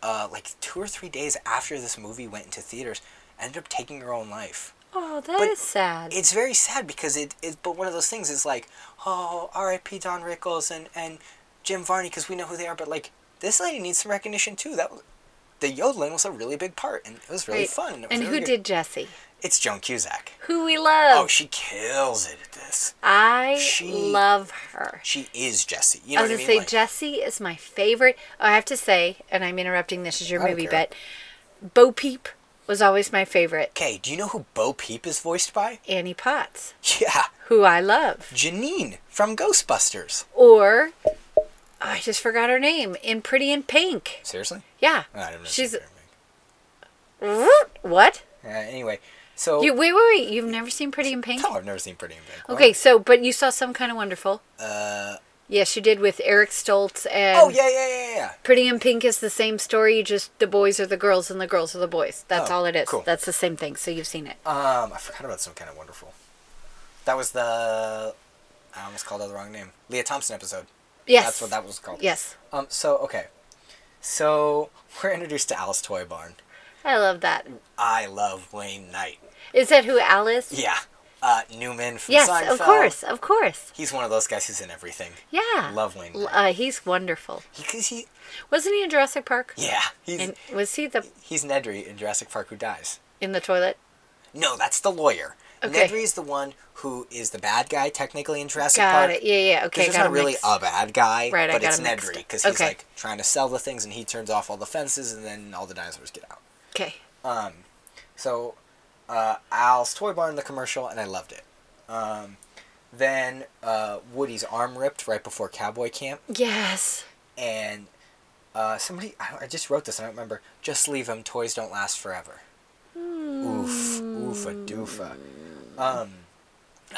uh, like two or three days after this movie went into theaters, ended up taking her own life.
Oh, that is
But
sad.
it's very sad because it is but one of those things is like oh r.i.p don rickles and and jim varney because we know who they are but like this lady needs some recognition too that was- the yodeling was a really big part and it was really
Right.
fun and, it was
And
really
who
good.
did Jesse?
it's joan cusack
Who we love.
oh she kills it at this
I
she-
love her.
she is jesse you know
I was
what i
gonna
mean
say
Like,
Jesse is my favorite. Oh, I have to say, and I'm interrupting. This is your
I don't
movie,
care.
but Bo Peep was always my favorite.
okay do you know who bo peep is voiced by
Annie Potts,
yeah
who I love,
janine from ghostbusters
or I just forgot her name in Pretty in Pink.
seriously
Yeah,
No, I don't know
she's
Janine.
what?
uh, anyway so
You wait, wait, wait. You've never seen Pretty in Pink?
no, I've never seen Pretty in Big. What?
Okay, so but you saw some kind of wonderful.
Uh,
Yes, you did with Eric Stoltz Oh. and
Oh yeah, yeah, yeah, yeah.
Pretty in Pink is the same story, just the boys are the girls and the girls are the boys. That's
Oh,
all it is.
cool.
That's the same thing. So you've seen it.
Um, I forgot about some kind of wonderful. That was the. I almost called out the wrong name. Leah Thompson episode.
Yes.
That's what that was called.
Yes.
Um. So okay. So we're introduced to Alice Toy Barn.
I love that.
I love Wayne Knight.
Is that who Alice?
Yeah. Uh, Newman from
yes,
Seinfeld.
of course, of course.
He's one of those guys who's in everything.
Yeah.
Love Wayne
L-
Knight.
Uh, he's wonderful.
Because he,
Wasn't he in Jurassic Park?
yeah, he's
And was he the
he's Nedry in Jurassic Park who dies.
in the toilet?
No, that's the lawyer.
Okay.
Nedry is the one who is the bad guy technically in Jurassic
got
Park.
it. Yeah, yeah. Okay,
Because
got
there's not really a bad guy,
Right, I
but
got
it's
him mixed.
Nedry because he's
Okay.
like trying to sell the things and he turns off all the fences and then all the dinosaurs get out.
Okay.
So, uh, Al's toy barn, the commercial, and I loved it. Um, then uh, Woody's arm ripped right before cowboy camp,
Yes.
and uh, somebody I, I just wrote this and I don't remember. Just leave him. Toys don't last forever. Oof, oofa doofa. Um,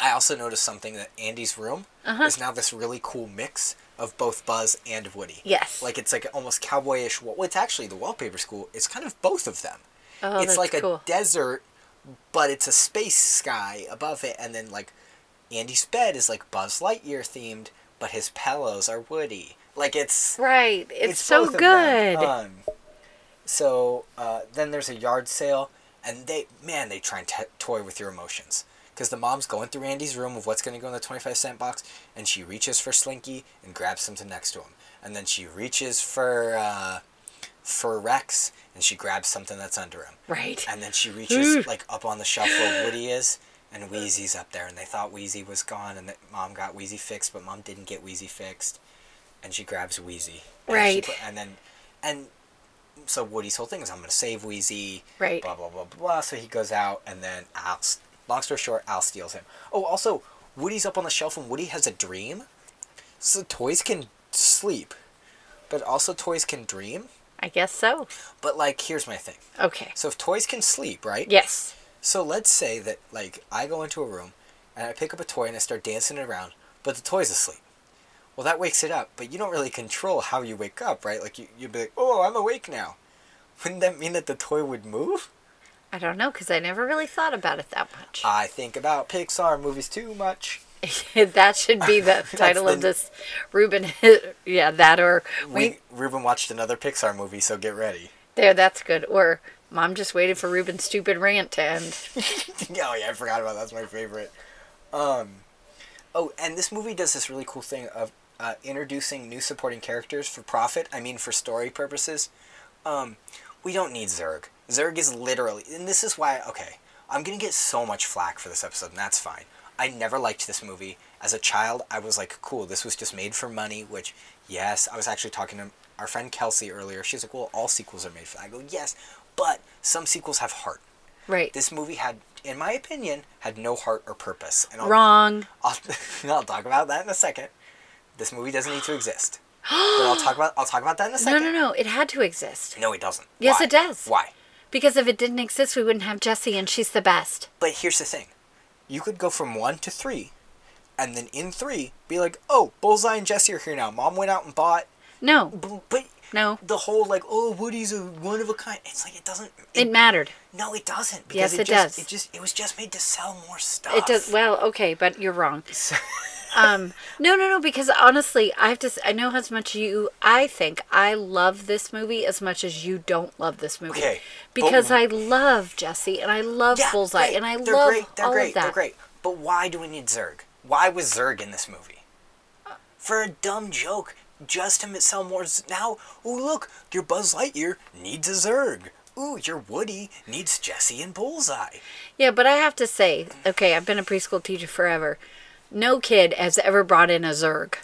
I also noticed something that Andy's room
Uh-huh.
is now this really cool mix of both Buzz and Woody.
Yes.
Like it's like almost cowboyish. Well, it's actually the wallpaper school. It's kind of both of them.
Oh,
it's
that's
like
cool.
a desert, but it's a space sky above it, and then like Andy's bed is like Buzz Lightyear themed, but his pillows are Woody. Like it's
right. It's, so
both of them.
good.
Um, so uh, then there's a yard sale, and they man they try and t- toy with your emotions because the mom's going through Andy's room of what's going to go in the twenty five cent box, and she reaches for Slinky and grabs something next to him, and then she reaches for uh, for Rex and she grabs something that's under him,
right.
and then she reaches like up on the shelf where Woody is. And Wheezy's up there, and they thought Wheezy was gone, and that mom got Wheezy fixed, but mom didn't get Wheezy fixed and she grabs Wheezy. And she
Right.
put- and then, and so Woody's whole thing is, I'm going to save Wheezy.
Right.
Blah, blah, blah, blah. So he goes out, and then Al, s- long story short, Al steals him. Oh, also, Woody's up on the shelf, and Woody has a dream. So toys can sleep, but also toys can dream.
I guess so.
But, like, here's my thing.
Okay.
So if toys can sleep, right?
Yes.
So let's say that, like, I go into a room, and I pick up a toy, and I start dancing it around, but the toy's asleep. Well, that wakes it up, but you don't really control how you wake up, right? Like, you, you'd be like, oh, I'm awake now. Wouldn't that mean that the toy would move?
I don't know because I never really thought about it that much.
I think about Pixar movies too much.
that should be Uh, the title of
the-
this Ruben. yeah, that or we,
We, Ruben watched another Pixar movie, so get ready.
there. That's good. Or mom just waited for Ruben's stupid rant to end.
oh, yeah, I forgot about that. That's my favorite. Um, oh, and this movie does this really cool thing of uh, introducing new supporting characters for profit. I mean, for story purposes. Um, we don't need Zurg. Zurg is literally, and this is why. Okay, I'm gonna get so much flack for this episode, and that's fine. I never liked this movie. As a child, I was like, cool, this was just made for money. Which, yes, I was actually talking to our friend Kelsey earlier. She's like, well, all sequels are made for. I go, yes, but some sequels have heart
Right.
this movie had, in my opinion, had no heart or purpose. And I'll,
Wrong.
I'll, I'll talk about that in a second. This movie doesn't need to exist. but I'll talk about I'll talk about that in a
No,
second.
no, no. It had to exist
No, it doesn't.
Yes,
Why?
it does.
Why?
because if it didn't exist, we wouldn't have Jessie, and she's the best.
But here's the thing: you could go from one to three, and then in three, be like, "Oh, Bullseye and Jesse are here now. Mom went out and bought."
No,
But but
no.
the whole like, "Oh, Woody's a one of a kind." It's like it doesn't.
It mattered.
no, it doesn't.
Yes,
Because
it
just,
does.
It just it was just made to sell more stuff.
It does well, okay, but you're wrong. um, no, no, no. Because honestly, I have to. s- I know as much you. I think I love this movie as much as you don't love this movie.
Okay, but-
Because I love Jesse and I love Bullseye
great.
and I
They're
love
great. They're
all
great.
of that.
They're great. But why do we need Zurg? Why was Zurg in this movie? For a dumb joke, just to sell more. Z- now, oh look, your Buzz Lightyear needs a Zurg. Ooh, your Woody needs Jesse and Bullseye.
Yeah, but I have to say, okay, I've been a preschool teacher forever. No kid has ever brought in a Zerg.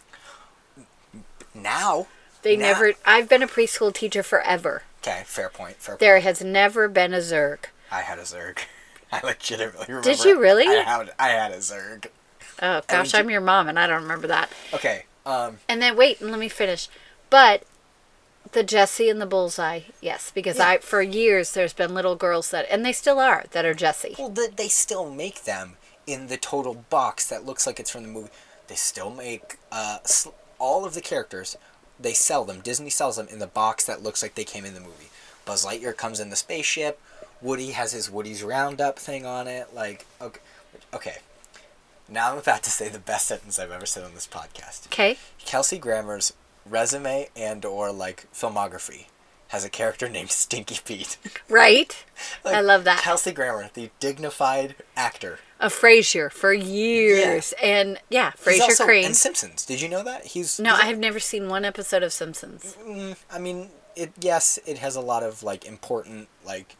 Now
They
now-
never. I've been a preschool teacher forever.
Okay, fair point. Fair
There
point.
has never been a Zerg.
I had a Zerg. I legitimately remember.
you
it.
really?
I had, I had a Zerg.
Oh gosh,
you-
I'm your mom, and I don't remember that.
Okay. Um.
And then wait, and let me finish. But the Jesse and the Bullseye, yes, because I for years there's been little girls that, and they still are, that are Jesse.
Well, th- they still make them in the total box that looks like it's from the movie. They still make uh, sl- all of the characters, they sell them. Disney sells them in the box that looks like they came in the movie. Buzz Lightyear comes in the spaceship. Woody has his Woody's Roundup thing on it. Like, okay, okay. Now I'm about to say the best sentence I've ever said on this podcast.
Okay.
Kelsey Grammer's resume and or like filmography has a character named Stinky Pete.
Right?
Like,
I love that.
Kelsey Grammer, the dignified actor.
Of Frasier for years. And yeah,
He's
Frasier
also
Crane.
in Simpsons. Did you know that? He's
No,
he's-
I have never seen one episode of Simpsons.
Mm, I mean, it yes, it has a lot of like important like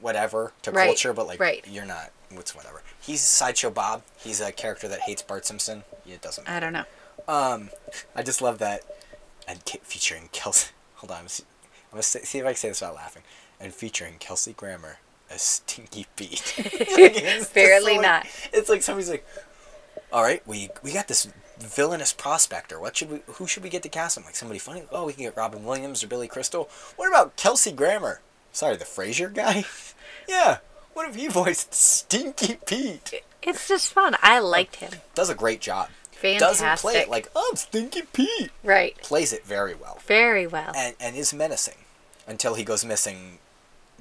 whatever to
Right,
culture, but like
right.
you're not it's whatever. He's sideshow Bob. He's a character that hates Bart Simpson. It doesn't.
I don't know.
Um, I just love that, and ke- featuring Kelsey. Hold on, I'm s- I'm gonna say, see if I can say this without laughing. And featuring Kelsey Grammer as Stinky Pete. It's just
Barely
like-
not.
It's like somebody's like, "All right, we we got this villainous prospector. What should we? Who should we get to cast him? Like somebody funny? Oh, we can get Robin Williams or Billy Crystal. What about Kelsey Grammer? Sorry, the Frasier guy. yeah. What if he voiced Stinky Pete?
It's just fun. I liked him.
Does a great job. Doesn't play
Fantastic.
it like oh, I'm Stinky Pete
Right.
plays it very well
Very well.
and, and is menacing until he goes missing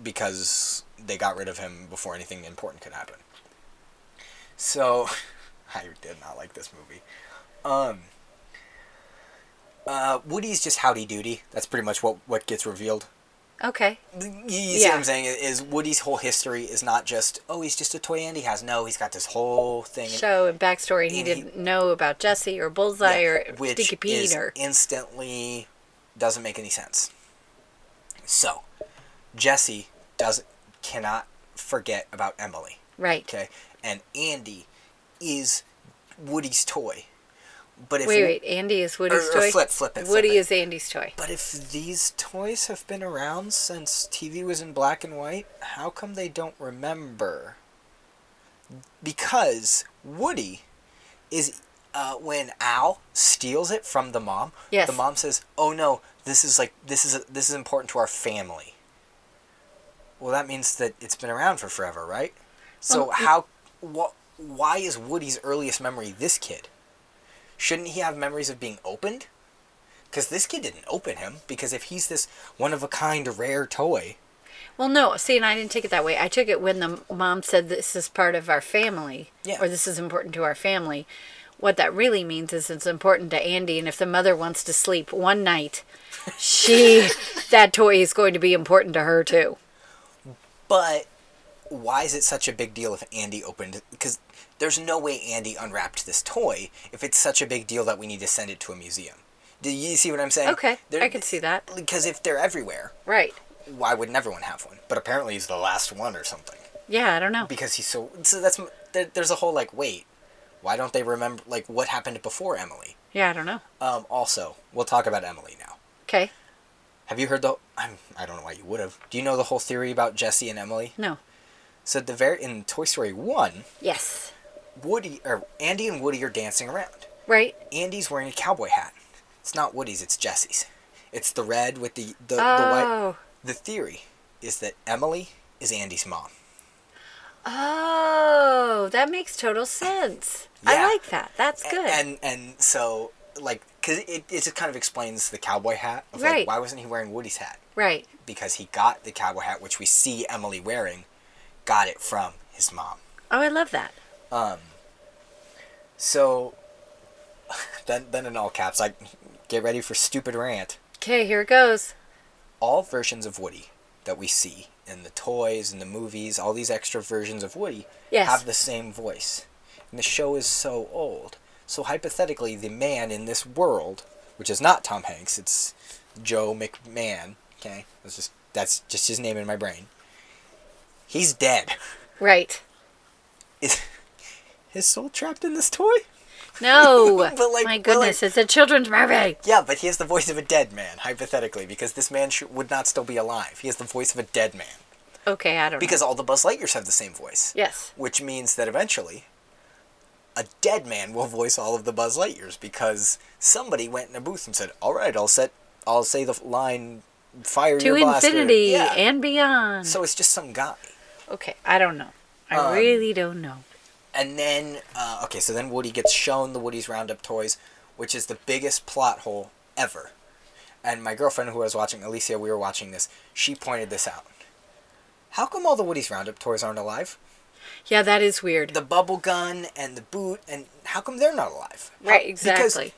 because they got rid of him before anything important could happen. So, I did not like this movie. Um, uh, Woody's just howdy doody. That's pretty much what, what gets revealed.
Okay.
You, you see what
Yeah.
I'm saying? Is Woody's whole history is not just, oh, he's just a toy and he has. No, he's got this whole thing.
Show and backstory. and He
and he-
didn't know about Jesse or Bullseye
Yeah,
or
which
Stinky Pete
is
or
instantly doesn't make any sense. So, Jesse does cannot forget about Emily,
right.
okay? And Andy is Woody's toy. But if
Wait, wait. Andy is
Or,
Woody's
or
toy.
flip, flip it. flip
Woody
it.
is Andy's toy.
But if these toys have been around since TV was in black and white, how come they don't remember? Because Woody is uh, when Al steals it from the mom.
Yes.
The mom says, "Oh no, this is like this is this is important to our family." Well, that means that it's been around for forever, right? So
Well,
how what why is Woody's earliest memory this kid? Shouldn't he have memories of being opened? Because this kid didn't open him. Because if he's this one of a kind, rare toy,
Well, no. See, and I didn't take it that way. I took it when the mom said, "This is part of our family,"
Yeah.
or "This is important to our family." What that really means is it's important to Andy, and if the mother wants to sleep one night, she that toy is going to be important to her too.
but why is it such a big deal if Andy opened? Because there's no way Andy unwrapped this toy if it's such a big deal that we need to send it to a museum. Do you see what I'm saying?
Okay, I can see that.
Because if they're everywhere,
Right?
why wouldn't everyone have one? But apparently he's the last one or something.
Yeah, I don't know.
because he's so so that's there, there's a whole like wait why don't they remember like what happened before emily
Yeah, I don't know.
um also we'll talk about emily now
Okay.
have you heard the I'm, i don't know why you would have do you know the whole theory about jesse and emily
No.
so at the very in toy story 1
Yes.
woody or andy and woody are dancing around
Right.
andy's wearing a cowboy hat it's not woody's it's jesse's it's the red with the the, the white
Oh.
the theory is that emily is andy's mom
Oh, that makes total sense.
Yeah.
I like that. That's
A-
good.
And and so like because it, it just kind of explains the cowboy hat of
Right.
like why wasn't he wearing Woody's hat?
right.
Because he got the cowboy hat, which we see Emily wearing, got it from his mom.
Oh, I love that.
So then then in all caps, I get ready for stupid rant.
Okay, here it goes.
All versions of Woody that we see in the toys and the movies, all these extra versions of Woody
Yes.
have the same voice. And the show is so old. So hypothetically, the man in this world, which is not Tom Hanks, it's Joe McMahon. Okay, that's just that's just his name in my brain. He's dead.
Right.
Is his soul trapped in this toy?
No.
But, like- but,
my
like-
goodness, it's a children's movie.
Yeah, but he has the voice of a dead man, hypothetically, because this man sh- would not still be alive. He has the voice of a dead man
Okay, I don't
because all the Buzz Lightyears have the same voice.
know. Yes.
which means that eventually a dead man will voice all of the Buzz Lightyears because somebody went in a booth and said, "All right, I'll set, I'll say the f- line, fire
To
your blaster."
infinity
Yeah.
and beyond.
so it's just some guy.
okay, I don't know. I
Um,
really don't know.
And then, uh, okay, so then Woody gets shown the Woody's Roundup toys. which is the biggest plot hole ever. And my girlfriend who I was watching, Alicia, we were watching this, she pointed this out. How come all the Woody's Roundup toys aren't alive?
Yeah, that is weird.
The bubble gun and the boot, and how come they're not alive?
right,
because-
exactly.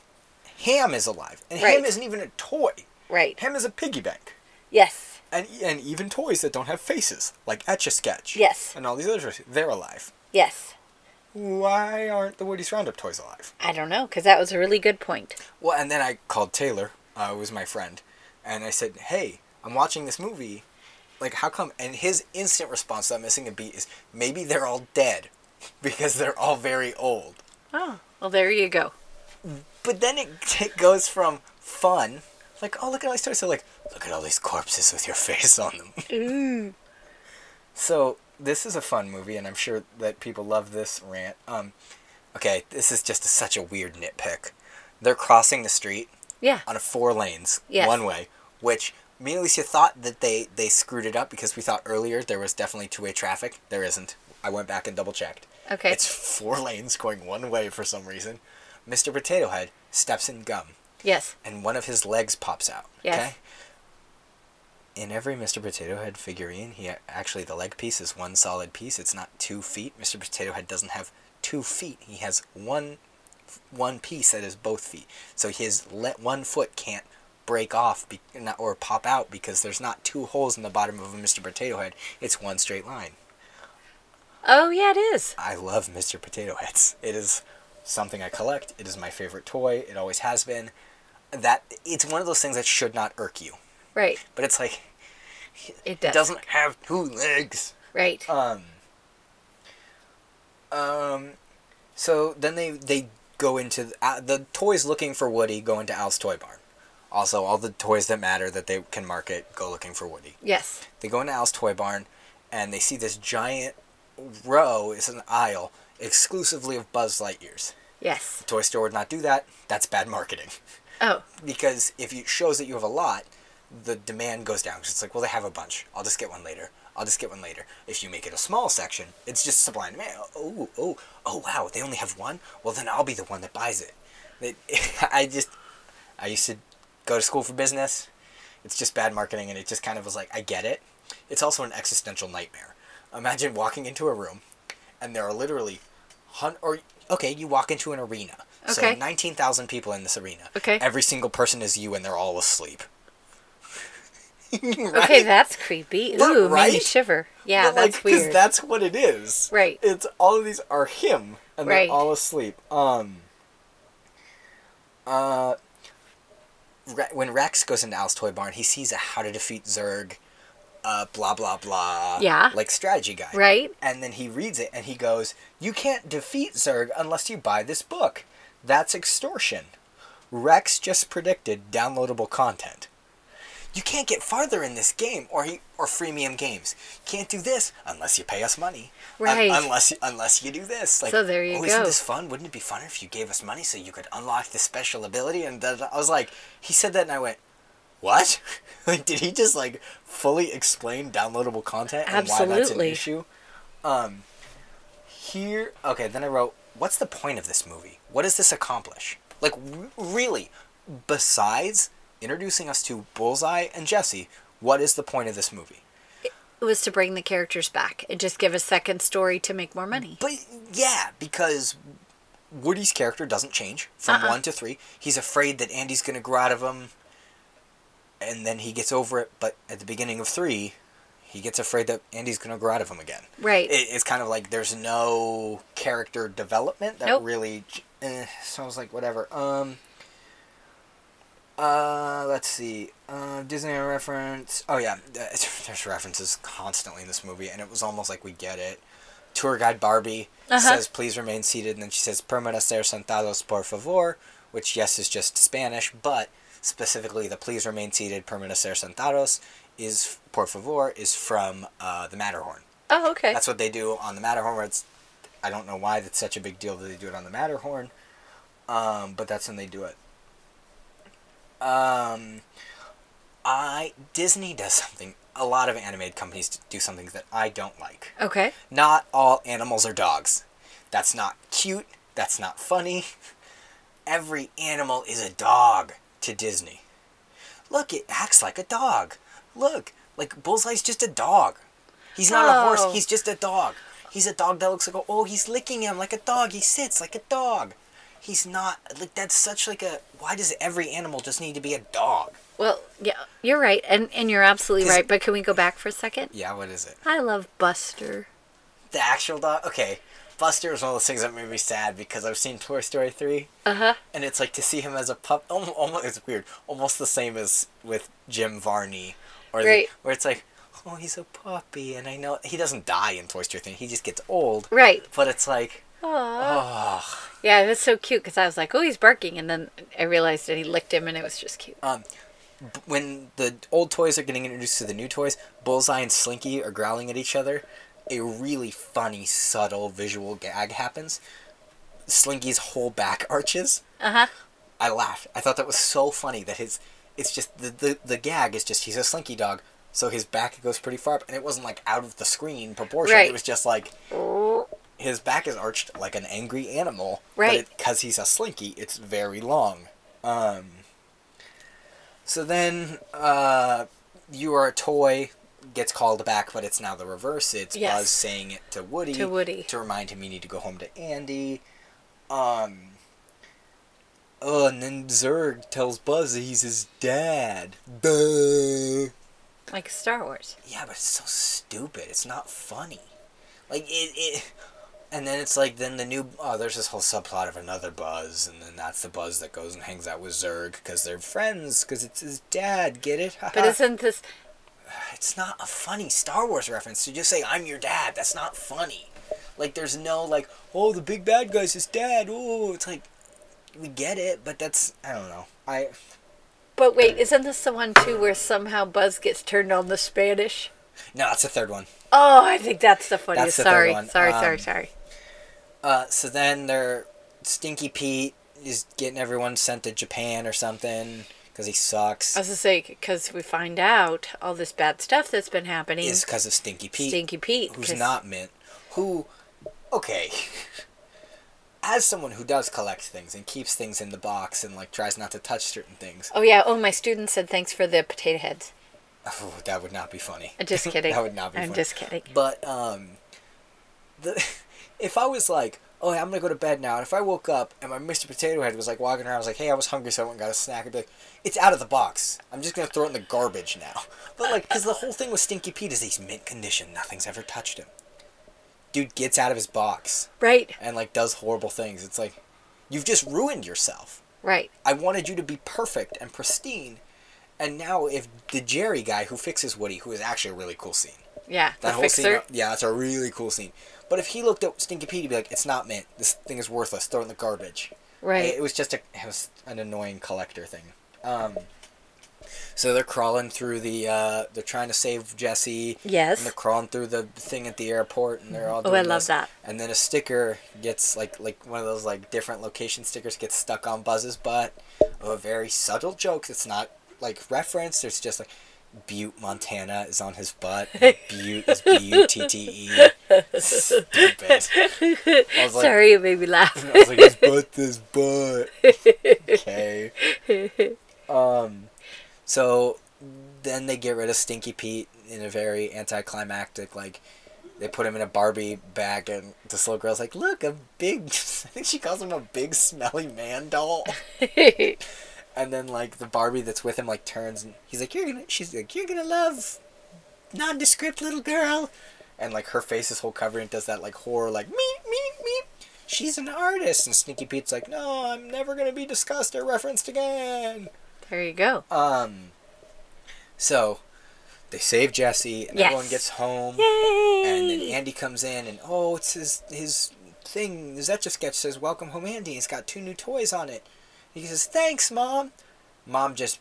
Ham is alive, and
Right.
Ham isn't even a toy.
Right.
Ham is a piggy bank.
Yes.
And, and even toys that don't have faces, like Etch a Sketch.
Yes.
And all these other toys, they're alive.
Yes.
Why aren't the Woody's Roundup toys alive?
I don't know, because that was a really good point.
Well, and then I called Taylor, uh, who was my friend, and I said, "Hey, I'm watching this movie. Like, how come?" And his instant response to that missing a beat is, "Maybe they're all dead, because they're all very old."
Oh, well, there you go.
But then it, it goes from fun, like, "Oh, look at all these toys," to like, "Look at all these corpses with your face on them."
Ooh.
So this is a fun movie, and I'm sure that people love this rant. Um, okay, this is just such a weird nitpick. They're crossing the street.
Yeah.
on a four lanes
Yes.
one way, which me and Alicia thought that they they screwed it up because we thought earlier there was definitely two way traffic. There isn't. I went back and double checked.
Okay.
It's four lanes going one way for some reason. Mr. Potato Head steps in gum
Yes.
and one of his legs pops out.
Yes.
Okay. In every Mr. Potato Head figurine, he actually the leg piece is one solid piece. It's not two feet. Mr. Potato Head doesn't have two feet. He has one one piece that is both feet. So his let one foot can't break off be, not- or pop out because there's not two holes in the bottom of a Mr. Potato Head. It's one straight line.
Oh, yeah, it is.
I love Mr. Potato Heads. It is something I collect. It is my favorite toy. It always has been. That it's one of those things that should not irk you,
Right.
but it's like
It
it
does.
doesn't have two legs.
Right.
Um. Um. So then they they go into the, uh, the toys looking for Woody go into Al's toy barn. Also, all the toys that matter that they can market go looking for Woody
yes.
they go into Al's toy barn and they see this giant row, it's an aisle, exclusively of Buzz Lightyears.
Yes.
Toy Store would not do that. That's bad marketing.
Oh,
Because if it shows that you have a lot, the demand goes down. 'Cause it's like, well, they have a bunch. I'll just get one later. I'll just get one later. If you make it a small section, it's just supply and demand. Oh, oh, oh, wow, they only have one? Well, then I'll be the one that buys it. It- I just, I used to go to school for business. It's just bad marketing, and it just kind of was like, I get it. It's also an existential nightmare. Imagine walking into a room, and there are literally, hun- or okay, you walk into an arena. So
Okay.
nineteen thousand people in this arena.
Okay.
Every single person is you, and they're all asleep.
okay, that's creepy.
But
Ooh, made me
right?
shiver. Yeah,
But,
that's
like, 'cause
weird.
that's what it is.
Right.
It's all of these are him, and
Right.
they're all asleep. Um. Uh. Re- when Rex goes into Al's toy barn, he sees a how to defeat Zurg, uh, blah blah blah.
Yeah.
Like strategy guide.
Right.
And then he reads it, and he goes, "You can't defeat Zurg unless you buy this book. That's extortion." Rex just predicted downloadable content you can't get farther in this game or he, or freemium games. Can't do this unless you pay us money. Un-
Right.
unless unless you do this. Like,
So there you
oh, isn't
go.
this fun? Wouldn't it be funner if you gave us money so you could unlock this special ability? And da- da- I was like, he said that, and I went, what? like, did he just like fully explain downloadable content and why that's an
Absolutely.
issue? Um, here, okay. Then I wrote, what's the point of this movie? What does this accomplish? Like, r- really? Besides introducing us to Bullseye and Jesse, what is the point of this movie?
it was to bring the characters back and just give a second story to make more money.
But yeah, because Woody's character doesn't change from
Uh-uh.
one to three. He's afraid that Andy's going to grow out of him, and then he gets over it. But at the beginning of three, he gets afraid that Andy's going to grow out of him again.
Right.
It, it's kind of like there's no character development that
Nope.
really. Eh, so I was like, whatever. Um. Uh, let's see. Uh, Disney reference. Oh yeah, there's references constantly in this movie, and it was almost like we get it. Tour guide Barbie
Uh-huh.
says, "Please remain seated," and then she says, "Permanecer sentados, por favor," which yes is just Spanish, but specifically the "Please remain seated, permanecer sentados" is por favor is from uh, the Matterhorn.
oh, okay.
That's what they do on the Matterhorn. Where it's, I don't know why that's such a big deal that they do it on the Matterhorn, um, but that's when they do it. Um, I Disney does something. A lot of animated companies do something that I don't like.
okay.
Not all animals are dogs. That's not cute. That's not funny. every animal is a dog to Disney. Look, it acts like a dog. Look, like Bullseye's just a dog. He's not a
Oh.
horse, he's just a dog. He's a dog that looks like a, oh, he's licking him like a dog. He sits like a dog. He's not like that's such like a why does every animal just need to be a dog?
Well, yeah, you're right, and and you're absolutely
'Cause-
right. But can we go back for a second?
Yeah, what is it?
I love Buster.
The actual dog? Okay. Buster was one of those things that made me sad because I've seen Toy Story 3.
Uh huh.
And it's like to see him as a pup, almost, almost it's weird, almost the same as with Jim Varney, or the-
Right.
where it's like, oh, he's a puppy, and I know he doesn't die in Toy Story thing, he just gets old.
Right.
But it's like,
Aww.
oh,
Yeah, it was so cute because I was like, "Oh, he's barking," and then I realized that he licked him, and it was just cute.
um, b- when the old toys are getting introduced to the new toys, Bullseye and Slinky are growling at each other. A really funny, subtle visual gag happens. Slinky's whole back arches.
Uh huh.
I laughed. I thought that was so funny that his it's just the the, the gag is just he's a slinky dog, so his back goes pretty far up and it wasn't like out of the screen proportion.
Right.
It was just like his back is arched like an angry animal.
Right.
Because he's a slinky, it's very long. Um so then uh you are a toy gets called back but it's now the reverse. It's
Yes.
Buzz saying it to Woody
To Woody.
to remind him you need to go home to Andy. Um Oh, and then Zurg tells Buzz that he's his dad. Buh.
Like Star Wars.
Yeah, but it's so stupid. It's not funny. Like it, it and then it's like then the new oh there's this whole subplot of another Buzz and then that's the Buzz that goes and hangs out with Zurg because they're friends because it's his dad. Get it?
But isn't this?
it's not a funny Star Wars reference to just say I'm your dad. That's not funny. Like there's no like oh the big bad guy's his dad. Oh it's like we get it, but that's I don't know. I
But wait, isn't this the one too where somehow Buzz gets turned on the Spanish?
no that's the third one.
Oh, I think that's the
That's
funniest.
the third
sorry,
one.
sorry,
Um,
sorry, sorry.
Uh, so then they're Stinky Pete is getting everyone sent to Japan or something because he sucks.
I was gonna say because we find out all this bad stuff that's been happening.
Is because of Stinky Pete,
Stinky Pete,
who's
'cause-
not mint. Who, okay, as someone who does collect things and keeps things in the box and like tries not to touch certain things,
Oh yeah. Oh, my student said thanks for the potato heads.
oh, that would not be funny.
I'm just kidding.
that would not be
I'm
funny.
just kidding.
But um, the if I was like, oh, I'm gonna go to bed now, and if I woke up and my Mr. Potato Head was like walking around, I was like, hey, I was hungry, so I went and got a snack. I'd be like, it's out of the box. I'm just gonna throw it in the garbage now. But like, because the whole thing with Stinky Pete is he's mint condition. Nothing's ever touched him. Dude gets out of his box
Right.
and like does horrible things. It's like, you've just ruined yourself.
Right.
I wanted you to be perfect and pristine. And now, if the Jerry guy who fixes Woody, who is actually a really cool scene,
Yeah.
that
the
whole
fixer.
scene, uh, yeah, it's a really cool scene. But if he looked at Stinky Pete, he'd be like, "It's not meant. This thing is worthless. Throw it in the garbage."
Right.
It, it was just a, it was an annoying collector thing. Um, so they're crawling through the, uh, they're trying to save Jesse.
Yes.
And they're crawling through the thing at the airport, and they're all.
Oh,
doing
I love
this.
that.
And then a sticker gets like like one of those like different location stickers gets stuck on Buzz's butt. Oh, a very subtle joke. It's not like referenced. It's just like Butte, Montana is on his butt. Butte is B U T T E. Stupid. I was like,
Sorry, it made me laugh.
I was like, his butt, this butt. Okay. Um, so then they get rid of Stinky Pete in a very anticlimactic, like, they put him in a Barbie bag, and this little girl's like, look, a big, I think she calls him a big smelly man doll. And then, like, the Barbie that's with him, like, turns, and he's like, you're gonna, she's like, you're gonna love nondescript little girl. And, like, her face is whole covered and does that, like, horror, like, meep, meep, meep she's an artist and sneaky pete's like no i'm never going to be discussed or referenced again
there you go.
um so they save jesse and
Yes.
everyone gets home
Yay!
and then andy comes in and oh it's his his thing his etch a sketch says welcome home andy it's got two new toys on it he says thanks mom mom just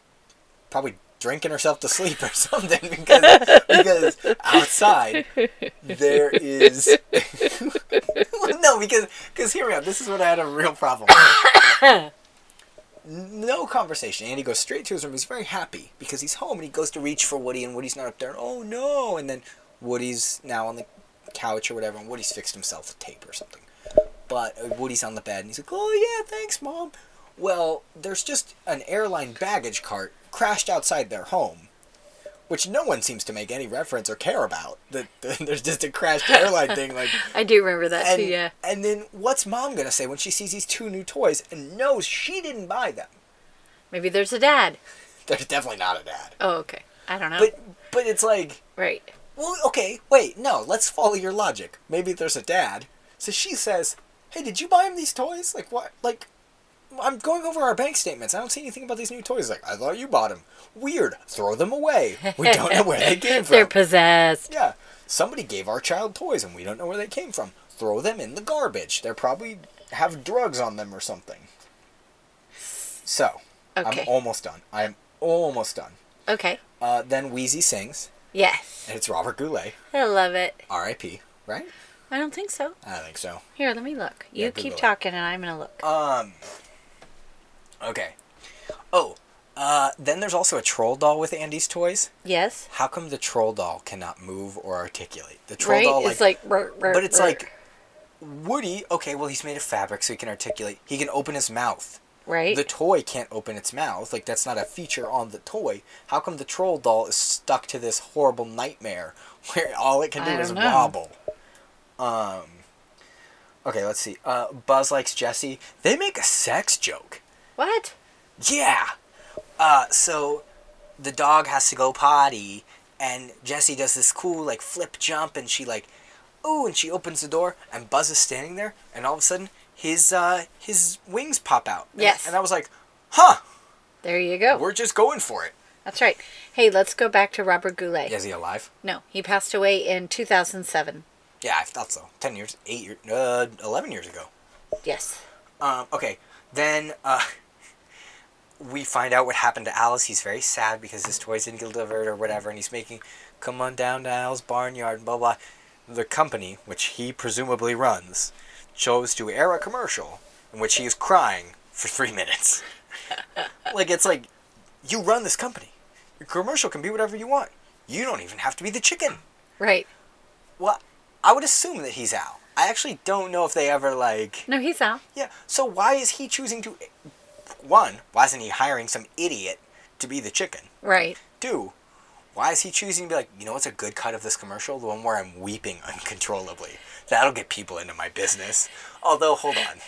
probably drinking herself to sleep or something because because outside there is Well, no because because hear me out this is what i had a real problem with. no conversation andy goes straight to his room he's very happy because he's home and he goes to reach for woody and woody's not up there oh no and then woody's now on the couch or whatever and woody's fixed himself with tape or something but uh, woody's on the bed and he's like oh yeah thanks mom well, there's just an airline baggage cart crashed outside their home, which no one seems to make any reference or care about. That that there's just a crashed airline thing. Like,
I do remember that
and,
too. Yeah.
and then what's mom gonna say when she sees these two new toys and knows she didn't buy them?
Maybe there's a dad.
There's definitely not a dad.
Oh, okay. I don't know.
But but it's like,
right.
well, okay, wait, no, let's follow your logic. Maybe there's a dad. So she says, "Hey, did you buy him these toys? Like what? Like." I'm going over our bank statements. I don't see anything about these new toys. Like, I thought you bought them. Weird. Throw them away. We don't know where they came from.
They're possessed.
Yeah. Somebody gave our child toys and we don't know where they came from. Throw them in the garbage. They probably have drugs on them or something. So,
Okay.
I'm almost done. I'm almost done.
Okay.
Uh, then Wheezy sings,
Yes.
and it's Robert Goulet,
I love it.
R.I.P., right?
I don't think so.
I think so.
Here, let me look. You
Yeah,
keep
Google it.
talking and I'm going to look.
Um, okay. Oh, uh, then there's also a troll doll with Andy's toys.
yes.
How come the troll doll cannot move or articulate? The troll
Right?
doll,
it's like, rrr, rrr,
But it's
rrr.
like Woody, okay, well he's made of fabric so he can articulate. He can open his mouth.
right?
The toy can't open its mouth. Like that's not a feature on the toy. How come the troll doll is stuck to this horrible nightmare where all it can
I
do is
don't know.
wobble? Um Okay, let's see. Uh, Buzz likes Jesse. They make a sex joke.
what?
Yeah. Uh, so the dog has to go potty, and Jessie does this cool like flip jump, and she like, ooh, and she opens the door, and Buzz is standing there, and all of a sudden his uh, his wings pop out. And-
Yes.
And I was like, huh,
There you go.
we're just going for it.
That's right. Hey, let's go back to Robert Goulet.
Is he alive?
No, he passed away in 2007.
Yeah, I thought so. Ten years, eight years, uh, eleven years ago.
Yes.
Um, okay, then uh, we find out what happened to Alice. He's very sad because his toys didn't get delivered or whatever, and he's making, come on down to Alice's barnyard, and blah blah. The company, which he presumably runs, chose to air a commercial in which he is crying for three minutes. like it's like, you run this company. Your commercial can be whatever you want. You don't even have to be the chicken.
Right.
Well, I would assume that he's Al. I actually don't know if they ever like.
No, he's out.
Yeah. So why is he choosing to? One, why isn't he hiring some idiot to be the chicken?
Right.
Two, why is he choosing to be like, you know, what's a good cut of this commercial? The one where I'm weeping uncontrollably. That'll get people into my business. Although, hold on.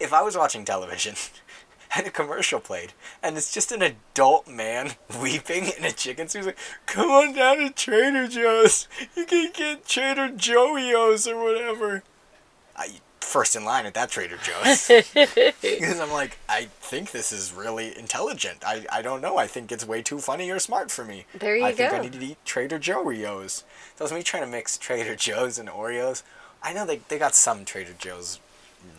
If I was watching television and a commercial played and it's just an adult man weeping in a chicken suit, he's like, come on down to Trader Joe's. You can get Trader Joey's or whatever. I first in line at that Trader Joe's. Because I'm like, I think this is really intelligent. I, I don't know. I think it's way too funny or smart for me.
There you
I think I
go.
need to eat Trader Joe Oreos. That was me trying to mix Trader Joe's and Oreos. I know they, they got some Trader Joe's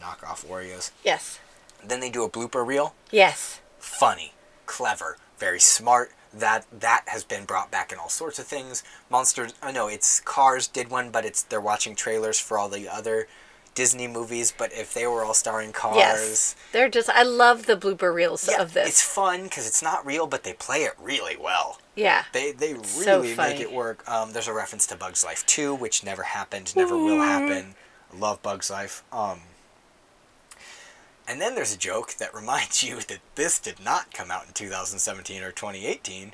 knockoff Oreos.
Yes.
Then they do a blooper reel.
Yes.
Funny, clever, very smart. That that has been brought back in all sorts of things. Monsters. I know it's Cars did one, but it's they're watching trailers for all the other Disney movies. But if they were all starring Cars.
Yes. They're just, I love the blooper reels
Yeah,
of this.
It's fun because it's not real, but they play it really well.
yeah.
They they
so
really make
funny.
it work. Um, there's a reference to Bugs Life 2, which never
Hmm.
happened, never will happen. I love Bugs Life. Um, and then there's a joke that reminds you that this did not come out in 2017 or 2018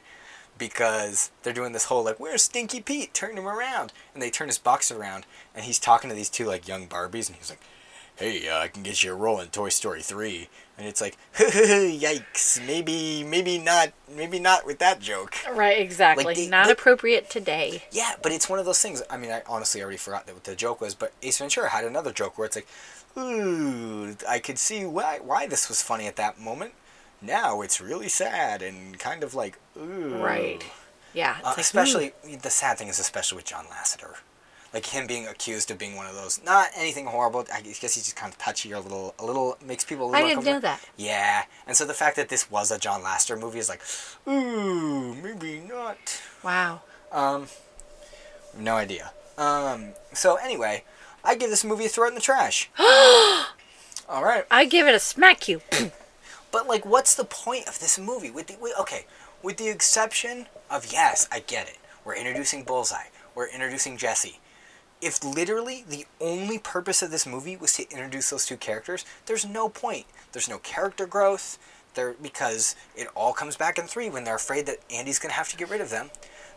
because they're doing this whole like where's Stinky Pete? Turn him around, and they turn his box around, and he's talking to these two like young Barbies, and he's like. Hey, uh, I can get you a role in Toy Story 3. And it's like, yikes, maybe maybe not, maybe not with that joke.
Right, exactly.
Like, they-
Not
they-
appropriate today.
Yeah, but it's one of those things. I mean, I honestly already forgot that what the joke was, but Ace Ventura had another joke where it's like, ooh, I could see why why this was funny at that moment. Now it's really sad and kind of like, ooh.
Right. Yeah. it's
Uh,
like, mm,
especially, the sad thing is especially with John Lasseter. Like him being accused of being one of those, not anything horrible. I guess he's just kind of touchy or a little, a little makes people a little
I didn't know
uncomfortable.
that.
Yeah, and so the fact that this was a John Lasseter movie is like, ooh, maybe not.
hmm, Wow.
No idea. Um, so anyway, I give this movie a throw it in the trash. All right,
I give it a smack you.
but like, what's the point of this movie? With the with, okay, with the exception of yes, I get it. We're introducing Bullseye. We're introducing Jesse. if literally the only purpose of this movie was to introduce those two characters, there's no point. There's no character growth. There because it all comes back in three when they're afraid that Andy's gonna have to get rid of them,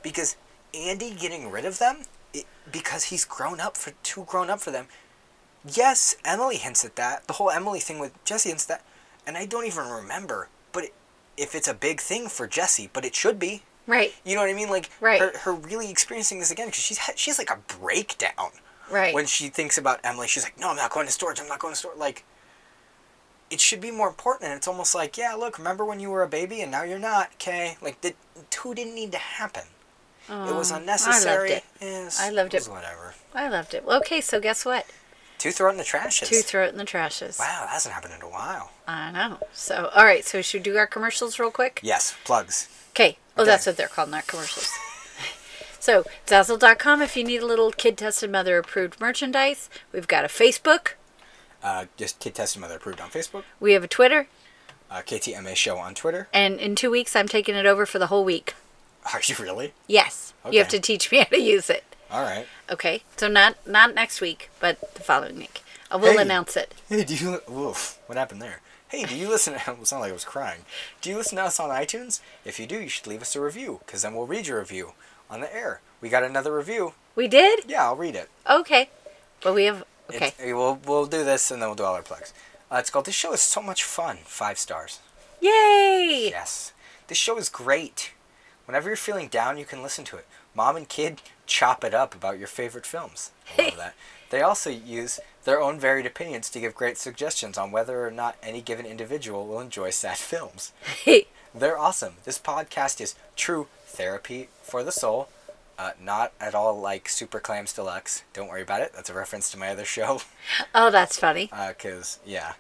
because Andy getting rid of them, it, because he's grown up for too grown up for them. Yes, Emily hints at that. The whole Emily thing with Jesse hints at that, and I don't even remember. But it, if it's a big thing for Jesse, but it should be.
Right.
You know what I mean? Like
Right.
her, her really experiencing this again because she's had, she's like a breakdown
Right.
when she thinks about Emily. She's like, "No, I'm not going to storage. I'm not going to storage." Like, it should be more important. And it's almost like, "Yeah, look, remember when you were a baby and now you're not." Okay, like the two didn't need to happen. it was
Um,
unnecessary.
I loved it.
Yes,
I loved
was
it.
Whatever.
I loved it. Well, okay, so guess what?
Two throw it in the trashes.
Two throw it in the trashes.
wow, that hasn't happened in a while.
I know. So, all right. So, should we do our commercials real quick?
Yes, plugs.
Okay. Oh,
Okay.
that's what they're called, not commercials. so, Zazzle.com if you need a little kid tested, mother approved merchandise. We've got a Facebook.
Uh, just Kid Tested Mother approved on Facebook.
We have a Twitter.
Uh, KTMA Show on Twitter.
And in two weeks, I'm taking it over for the whole week.
Are you really?
Yes. You have
Okay.
to teach me how to use it.
All right.
Okay. So, not not next week, but the following week. I will
Hey.
announce it.
Hey, do you? Oof, what happened there? Hey, do you listen? It sounded like I was crying. Do you listen to us on iTunes? If you do, you should leave us a review, because then we'll read your review on the air. We got another review.
We did?
Yeah, I'll read it.
Okay. But we have. Okay.
It's- we'll we'll do this, and then we'll do all our plugs. Uh, it's called "This Show Is So Much Fun." Five stars.
Yay!
Yes, this show is great. Whenever you're feeling down, you can listen to it. Mom and kid chop it up about your favorite films. I love that. They also use their own varied opinions to give great suggestions on whether or not any given individual will enjoy sad films. They're awesome. This podcast is true therapy for the soul. Uh, not at all like Super Clams Deluxe. Don't worry about it. That's a reference to my other show.
oh, that's funny.
because Uh, yeah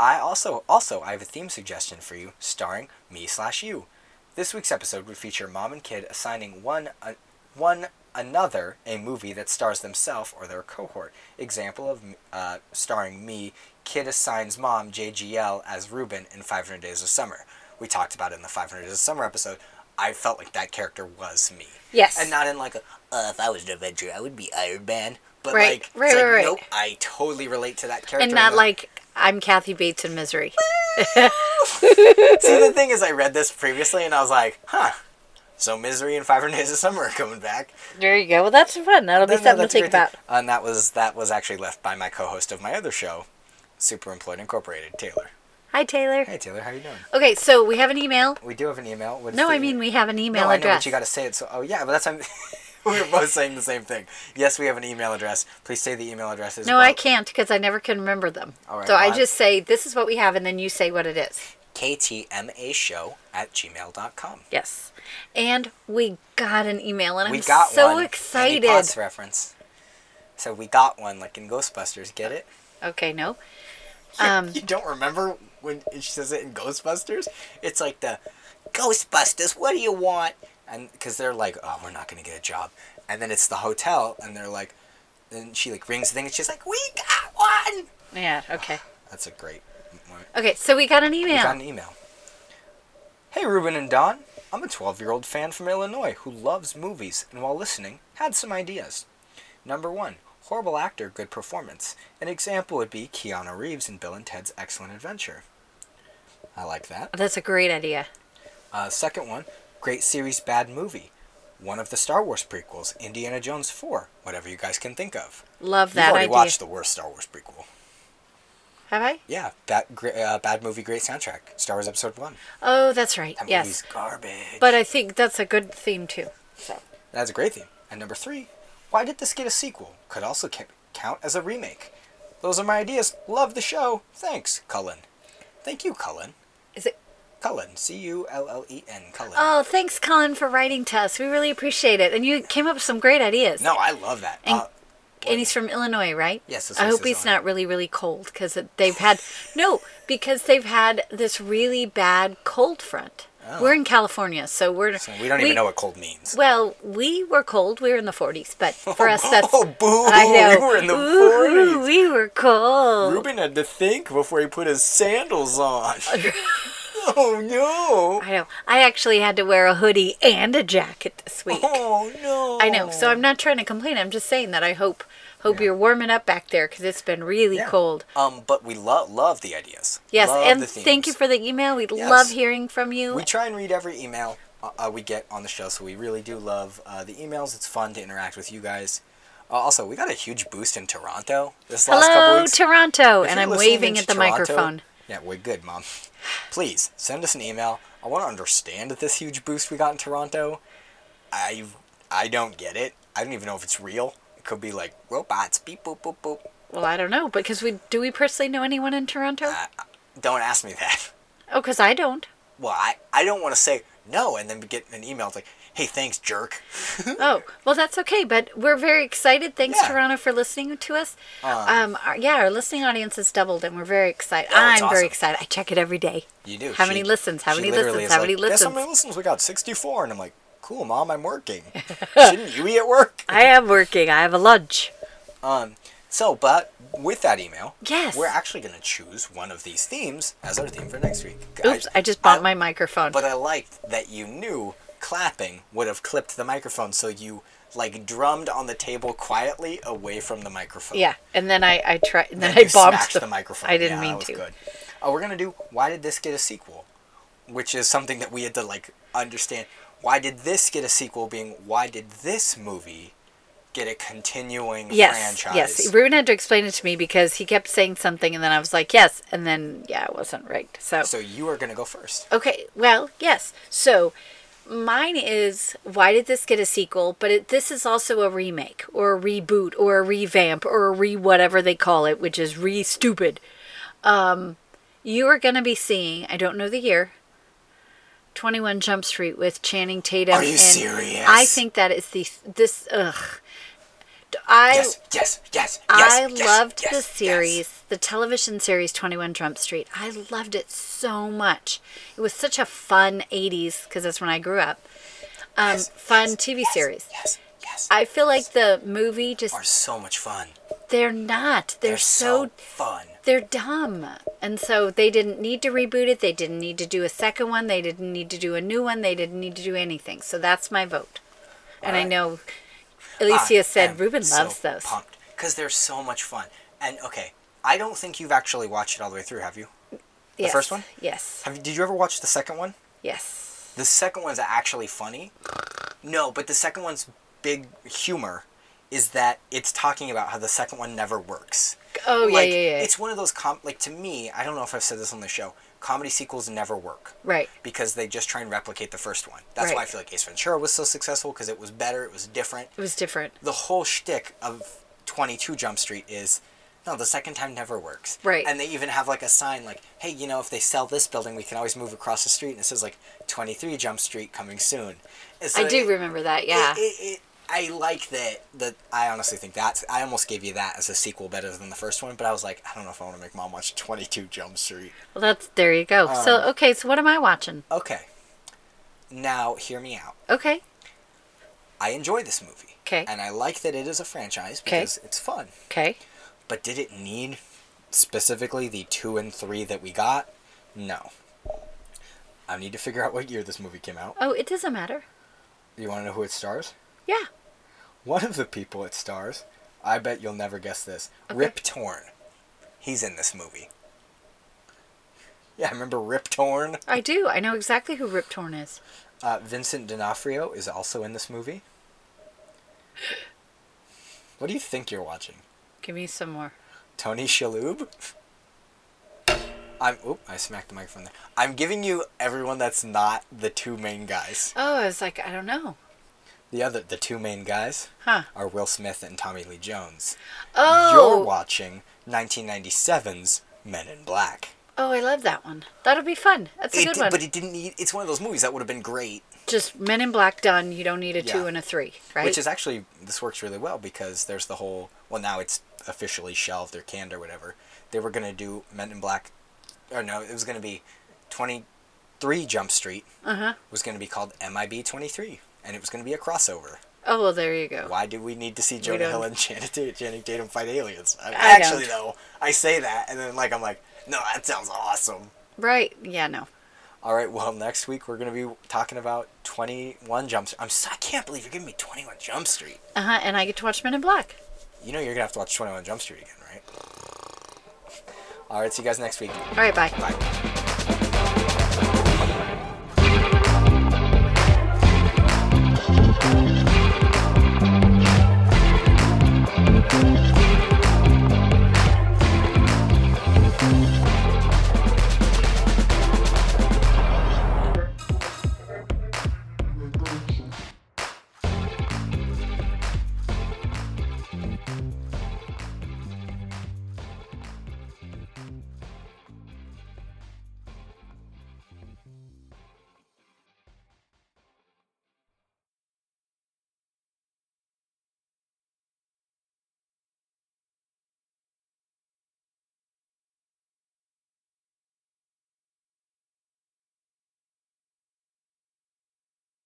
i also also i have a theme suggestion for you starring me slash you this week's episode would feature mom and kid assigning one uh, one another a movie that stars themselves or their cohort example of uh, starring me kid assigns mom jgl as ruben in 500 days of summer we talked about it in the 500 days of summer episode i felt like that character was me
Yes.
and not in like a, uh, if i was an adventurer i would be iron man but
Right,
like, it's
right,
like,
right, right.
nope, I totally relate to that character.
and not
the-
like I'm Kathy Bates in Misery.
See, the thing is, I read this previously, and I was like, huh. So misery and Five Hundred Days of Summer are coming back.
There you go. Well, that's fun. That'll be
No, no,
something to
that's a
think
great
about.
thing. And that was that was actually left by my co-host of my other show, Superemployed Incorporated, Taylor.
Hi, Taylor.
Hey Taylor, how you doing?
Okay, so we have an email.
We do have an email. What's
No,
the
I mean we have an email
no, I know,
address.
but you got to say it. So, oh yeah, but that's I'm. we were both saying the same thing. Yes, we have an email address. Please say the email address. as
no,
well.
I can't because I never can remember them.
All right,
so I
well, I-
just say this is what we have, and then you say what it is.
KTMA show at gmail.com.
Yes, and we got an email, and
we
I'm
got
so
one.
excited.
Andy Potts reference. So we got one, like in Ghostbusters. Get it?
Okay, no. Um,
You don't remember when she says it in Ghostbusters? It's like the Ghostbusters. What do you want? And because they're like, oh, we're not gonna get a job. And then it's the hotel, and they're like, and she like rings the thing, and she's like, we got one.
yeah. Okay.
That's a great moment.
Okay, so we got an
We
email.
got an e- email. Hey, Ruben and Don. I'm a 12 year old fan from Illinois who loves movies and, while listening, had some ideas. Number one, horrible actor, good performance. An example would be Keanu Reeves in Bill and Ted's Excellent Adventure. I like that.
That's a great idea.
Uh, second one, great series, bad movie. One of the Star Wars prequels, Indiana Jones 4, whatever you guys can think of.
Love
You've
that
already
idea.
watched the worst Star Wars prequel.
Have I?
Yeah, bad, gr- uh, bad movie, great soundtrack. Star Wars Episode 1.
Oh, that's right.
That
yes.
movie's garbage.
But I think that's a good theme too. So
That's a great theme. And number three, why did this get a sequel? Could also ca- count as a remake. Those are my ideas. Love the show. Thanks, Cullen. Thank you, Cullen.
is it?
Cullen. C U L L E N. Cullen.
Oh, thanks, Colin, for writing to us. We really appreciate it, and you came up with some great ideas.
no, I love that.
And-
Uh,
and he's from Illinois, right?
Yes, that's
I
what it
hope
says
he's
on it.
not really, really cold because they've had no because they've had this really bad cold front. We're in California, so we're
Oh. so we don't even know what cold means.
Well, we were cold. We were in the 40s, but for us, that's
oh, boo.
I know
We were in the
Ooh,
40s.
We were cold.
Ruben had to think before he put his sandals on. Oh no!
I know. I actually had to wear a hoodie and a jacket this week.
Oh no!
I know. So I'm not trying to complain. I'm just saying that I hope hope you're warming up back there because it's been really
Yeah.
cold.
Um, but we love love the ideas.
Yes,
Love
and
the
thank you
themes.
for the email. We
Yes.
love hearing from you.
We try and read every email uh, uh, we get on the show, so we really do love uh, the emails. It's fun to interact with you guys. Uh, also, we got a huge boost in Toronto this last couple
Hello,
weeks.
Toronto,
If
and
you're
I'm
listening
waving
into
at the
Toronto-
microphone.
Yeah, we're good, Mom. Please send us an email. I want to understand this huge boost we got in Toronto. I I don't get it. I don't even know if it's real. It could be like robots. Beep boop boop boop.
Well, I don't know because we do we personally know anyone in Toronto?
I, I- don't ask me that.
Oh, because I don't.
Well, I, I don't want to say no and then get an email. It's like, hey, thanks, jerk.
Oh, well, that's okay. But we're very excited. Thanks,
Yeah.
Toronto, for listening to us.
Um,
Um, our, yeah, our listening audience has doubled, and we're very excited.
Oh,
I'm
it's
very
awesome.
excited. I check it every day.
You do.
How many listens? How
she
many
literally
listens?
is
How
like,
many
Guess how
listens?"
many listens we got? 64. And I'm like, cool, Mom, I'm working. Shouldn't you be at work?
I am working. I have a lunch.
Um, so, but with that email,
Yes.
we're actually going to choose one of these themes as our theme for next week.
Oops, I just bumped my microphone.
But I liked that you knew clapping would have clipped the microphone, so you like drummed on the table quietly away from the microphone.
yeah, and then I I tried. And then
you
I bombed
smashed the, microphone.
I didn't
Yeah,
mean
that was
to.
Good. Uh, we're gonna do. Why did this get a sequel? Which is something that we had to like understand. Why did this get a sequel? Being why did this movie get a continuing
Yes,
franchise?
yes. Ruben had to explain it to me because he kept saying something, and then I was like, yes, and then yeah, it wasn't right.
So you are gonna go first.
Okay, well, yes. So mine is why did this get a sequel? But it, this is also a remake or a reboot or a revamp or a re whatever they call it, which is re stupid. Um, you are going to be seeing, I don't know the year. 21 Jump Street with Channing Tatum.
Are you
and
serious?
I think that is the this ugh. I
yes, yes, yes, yes.
I
yes,
loved
yes,
the
yes.
series, the television series 21 Jump Street. I loved it so much. It was such a fun 80s, because that's when I grew up, um,
Yes,
fun
yes,
TV
yes,
series.
Yes, yes.
I feel like the movie just,
are so much fun.
they're not. They're,
They're
so,
so fun.
they're dumb. And so they didn't need to reboot it. They didn't need to do a second one. They didn't need to do a new one. They didn't need to do anything. So that's my vote. And I
Alright.
know Alicia
I
said
am
Ruben
so
loves those.
Pumped because they're so much fun. And okay, I don't think you've actually watched it all the way through, have you?
The
first one?
Yes.
Have you, did you ever watch the second one?
Yes.
The second one's actually funny. No, but the second one's big humor is that it's talking about how the second one never works.
Oh, yeah,
like,
yeah, yeah.
It's one of those com like to me. I don't know if I've said this on the show. Comedy sequels never work.
Right.
Because they just try and replicate the first one. That's why I
Right.
feel like Ace Ventura was so successful because it was better, it was different.
It was different.
the whole shtick of 22 Jump Street is no, the second time never works.
Right.
And they even have like a sign like, hey, you know, if they sell this building, we can always move across the street. And it says like 23 Jump Street coming soon. And so
I do
it-
remember that, yeah.
It, it, it, I like that. That I honestly think that's. I almost gave you that as a sequel better than the first one, but I was like, I don't know if I want to make mom watch 22 Jump Street.
well, that's there you go. so
Um,
okay, so what am I watching?
Okay. Now, hear me out.
Okay,
I enjoy this movie.
'Kay.
And I like that it is a franchise
'Kay.
because it's fun.
okay,
But did it need specifically the two and three that we got? No. I need to figure out what year this movie came out.
oh, it doesn't matter.
You want to know who it stars?
Yeah,
One of the people it stars, I bet you'll never guess this Rip Torn. He's in this movie. Yeah, remember Rip Torn?
I do. I know exactly who Rip Torn is.
Uh, Vincent D'Onofrio is also in this movie. What do you think you're watching?
Give me some more.
Tony Shalhoub. I'm. Oop! I smacked the microphone there. I'm giving you everyone that's not the two main guys.
Oh, I was like, I don't know,
The other, the two main guys,
huh?
are Will Smith and Tommy Lee Jones. You're
Oh,
watching 1997's Men in Black.
oh, I love that one. That'll be fun. That's a
It
good
did-
one.
but it didn't need. It's one of those movies that would have been great.
Just Men in Black done. You don't need a two
Yeah.
and a three, right?
Which is actually this works really well because there's the whole well now it's officially shelved or canned or whatever. They were gonna do Men in Black, or no, it was gonna be twenty three Jump Street
uh huh.
was gonna be called MIB twenty three, and it was gonna be a crossover.
Oh well, there you go.
Why do we need to see Jonah
don't-
Hill and Janet Ta- Channing Tatum fight aliens? I,
I don't.
actually though, I say that and then like I'm like, no, that sounds awesome.
Right? Yeah, no.
All right, well, next week we're going to be talking about 21 Jump Street. I'm so, I can't believe you're giving me 21 Jump Street.
Uh huh. And I get to watch Men in Black.
You know you're going to have to watch 21 Jump Street again, right? All right, see you guys next week.
All right. Bye.
Bye.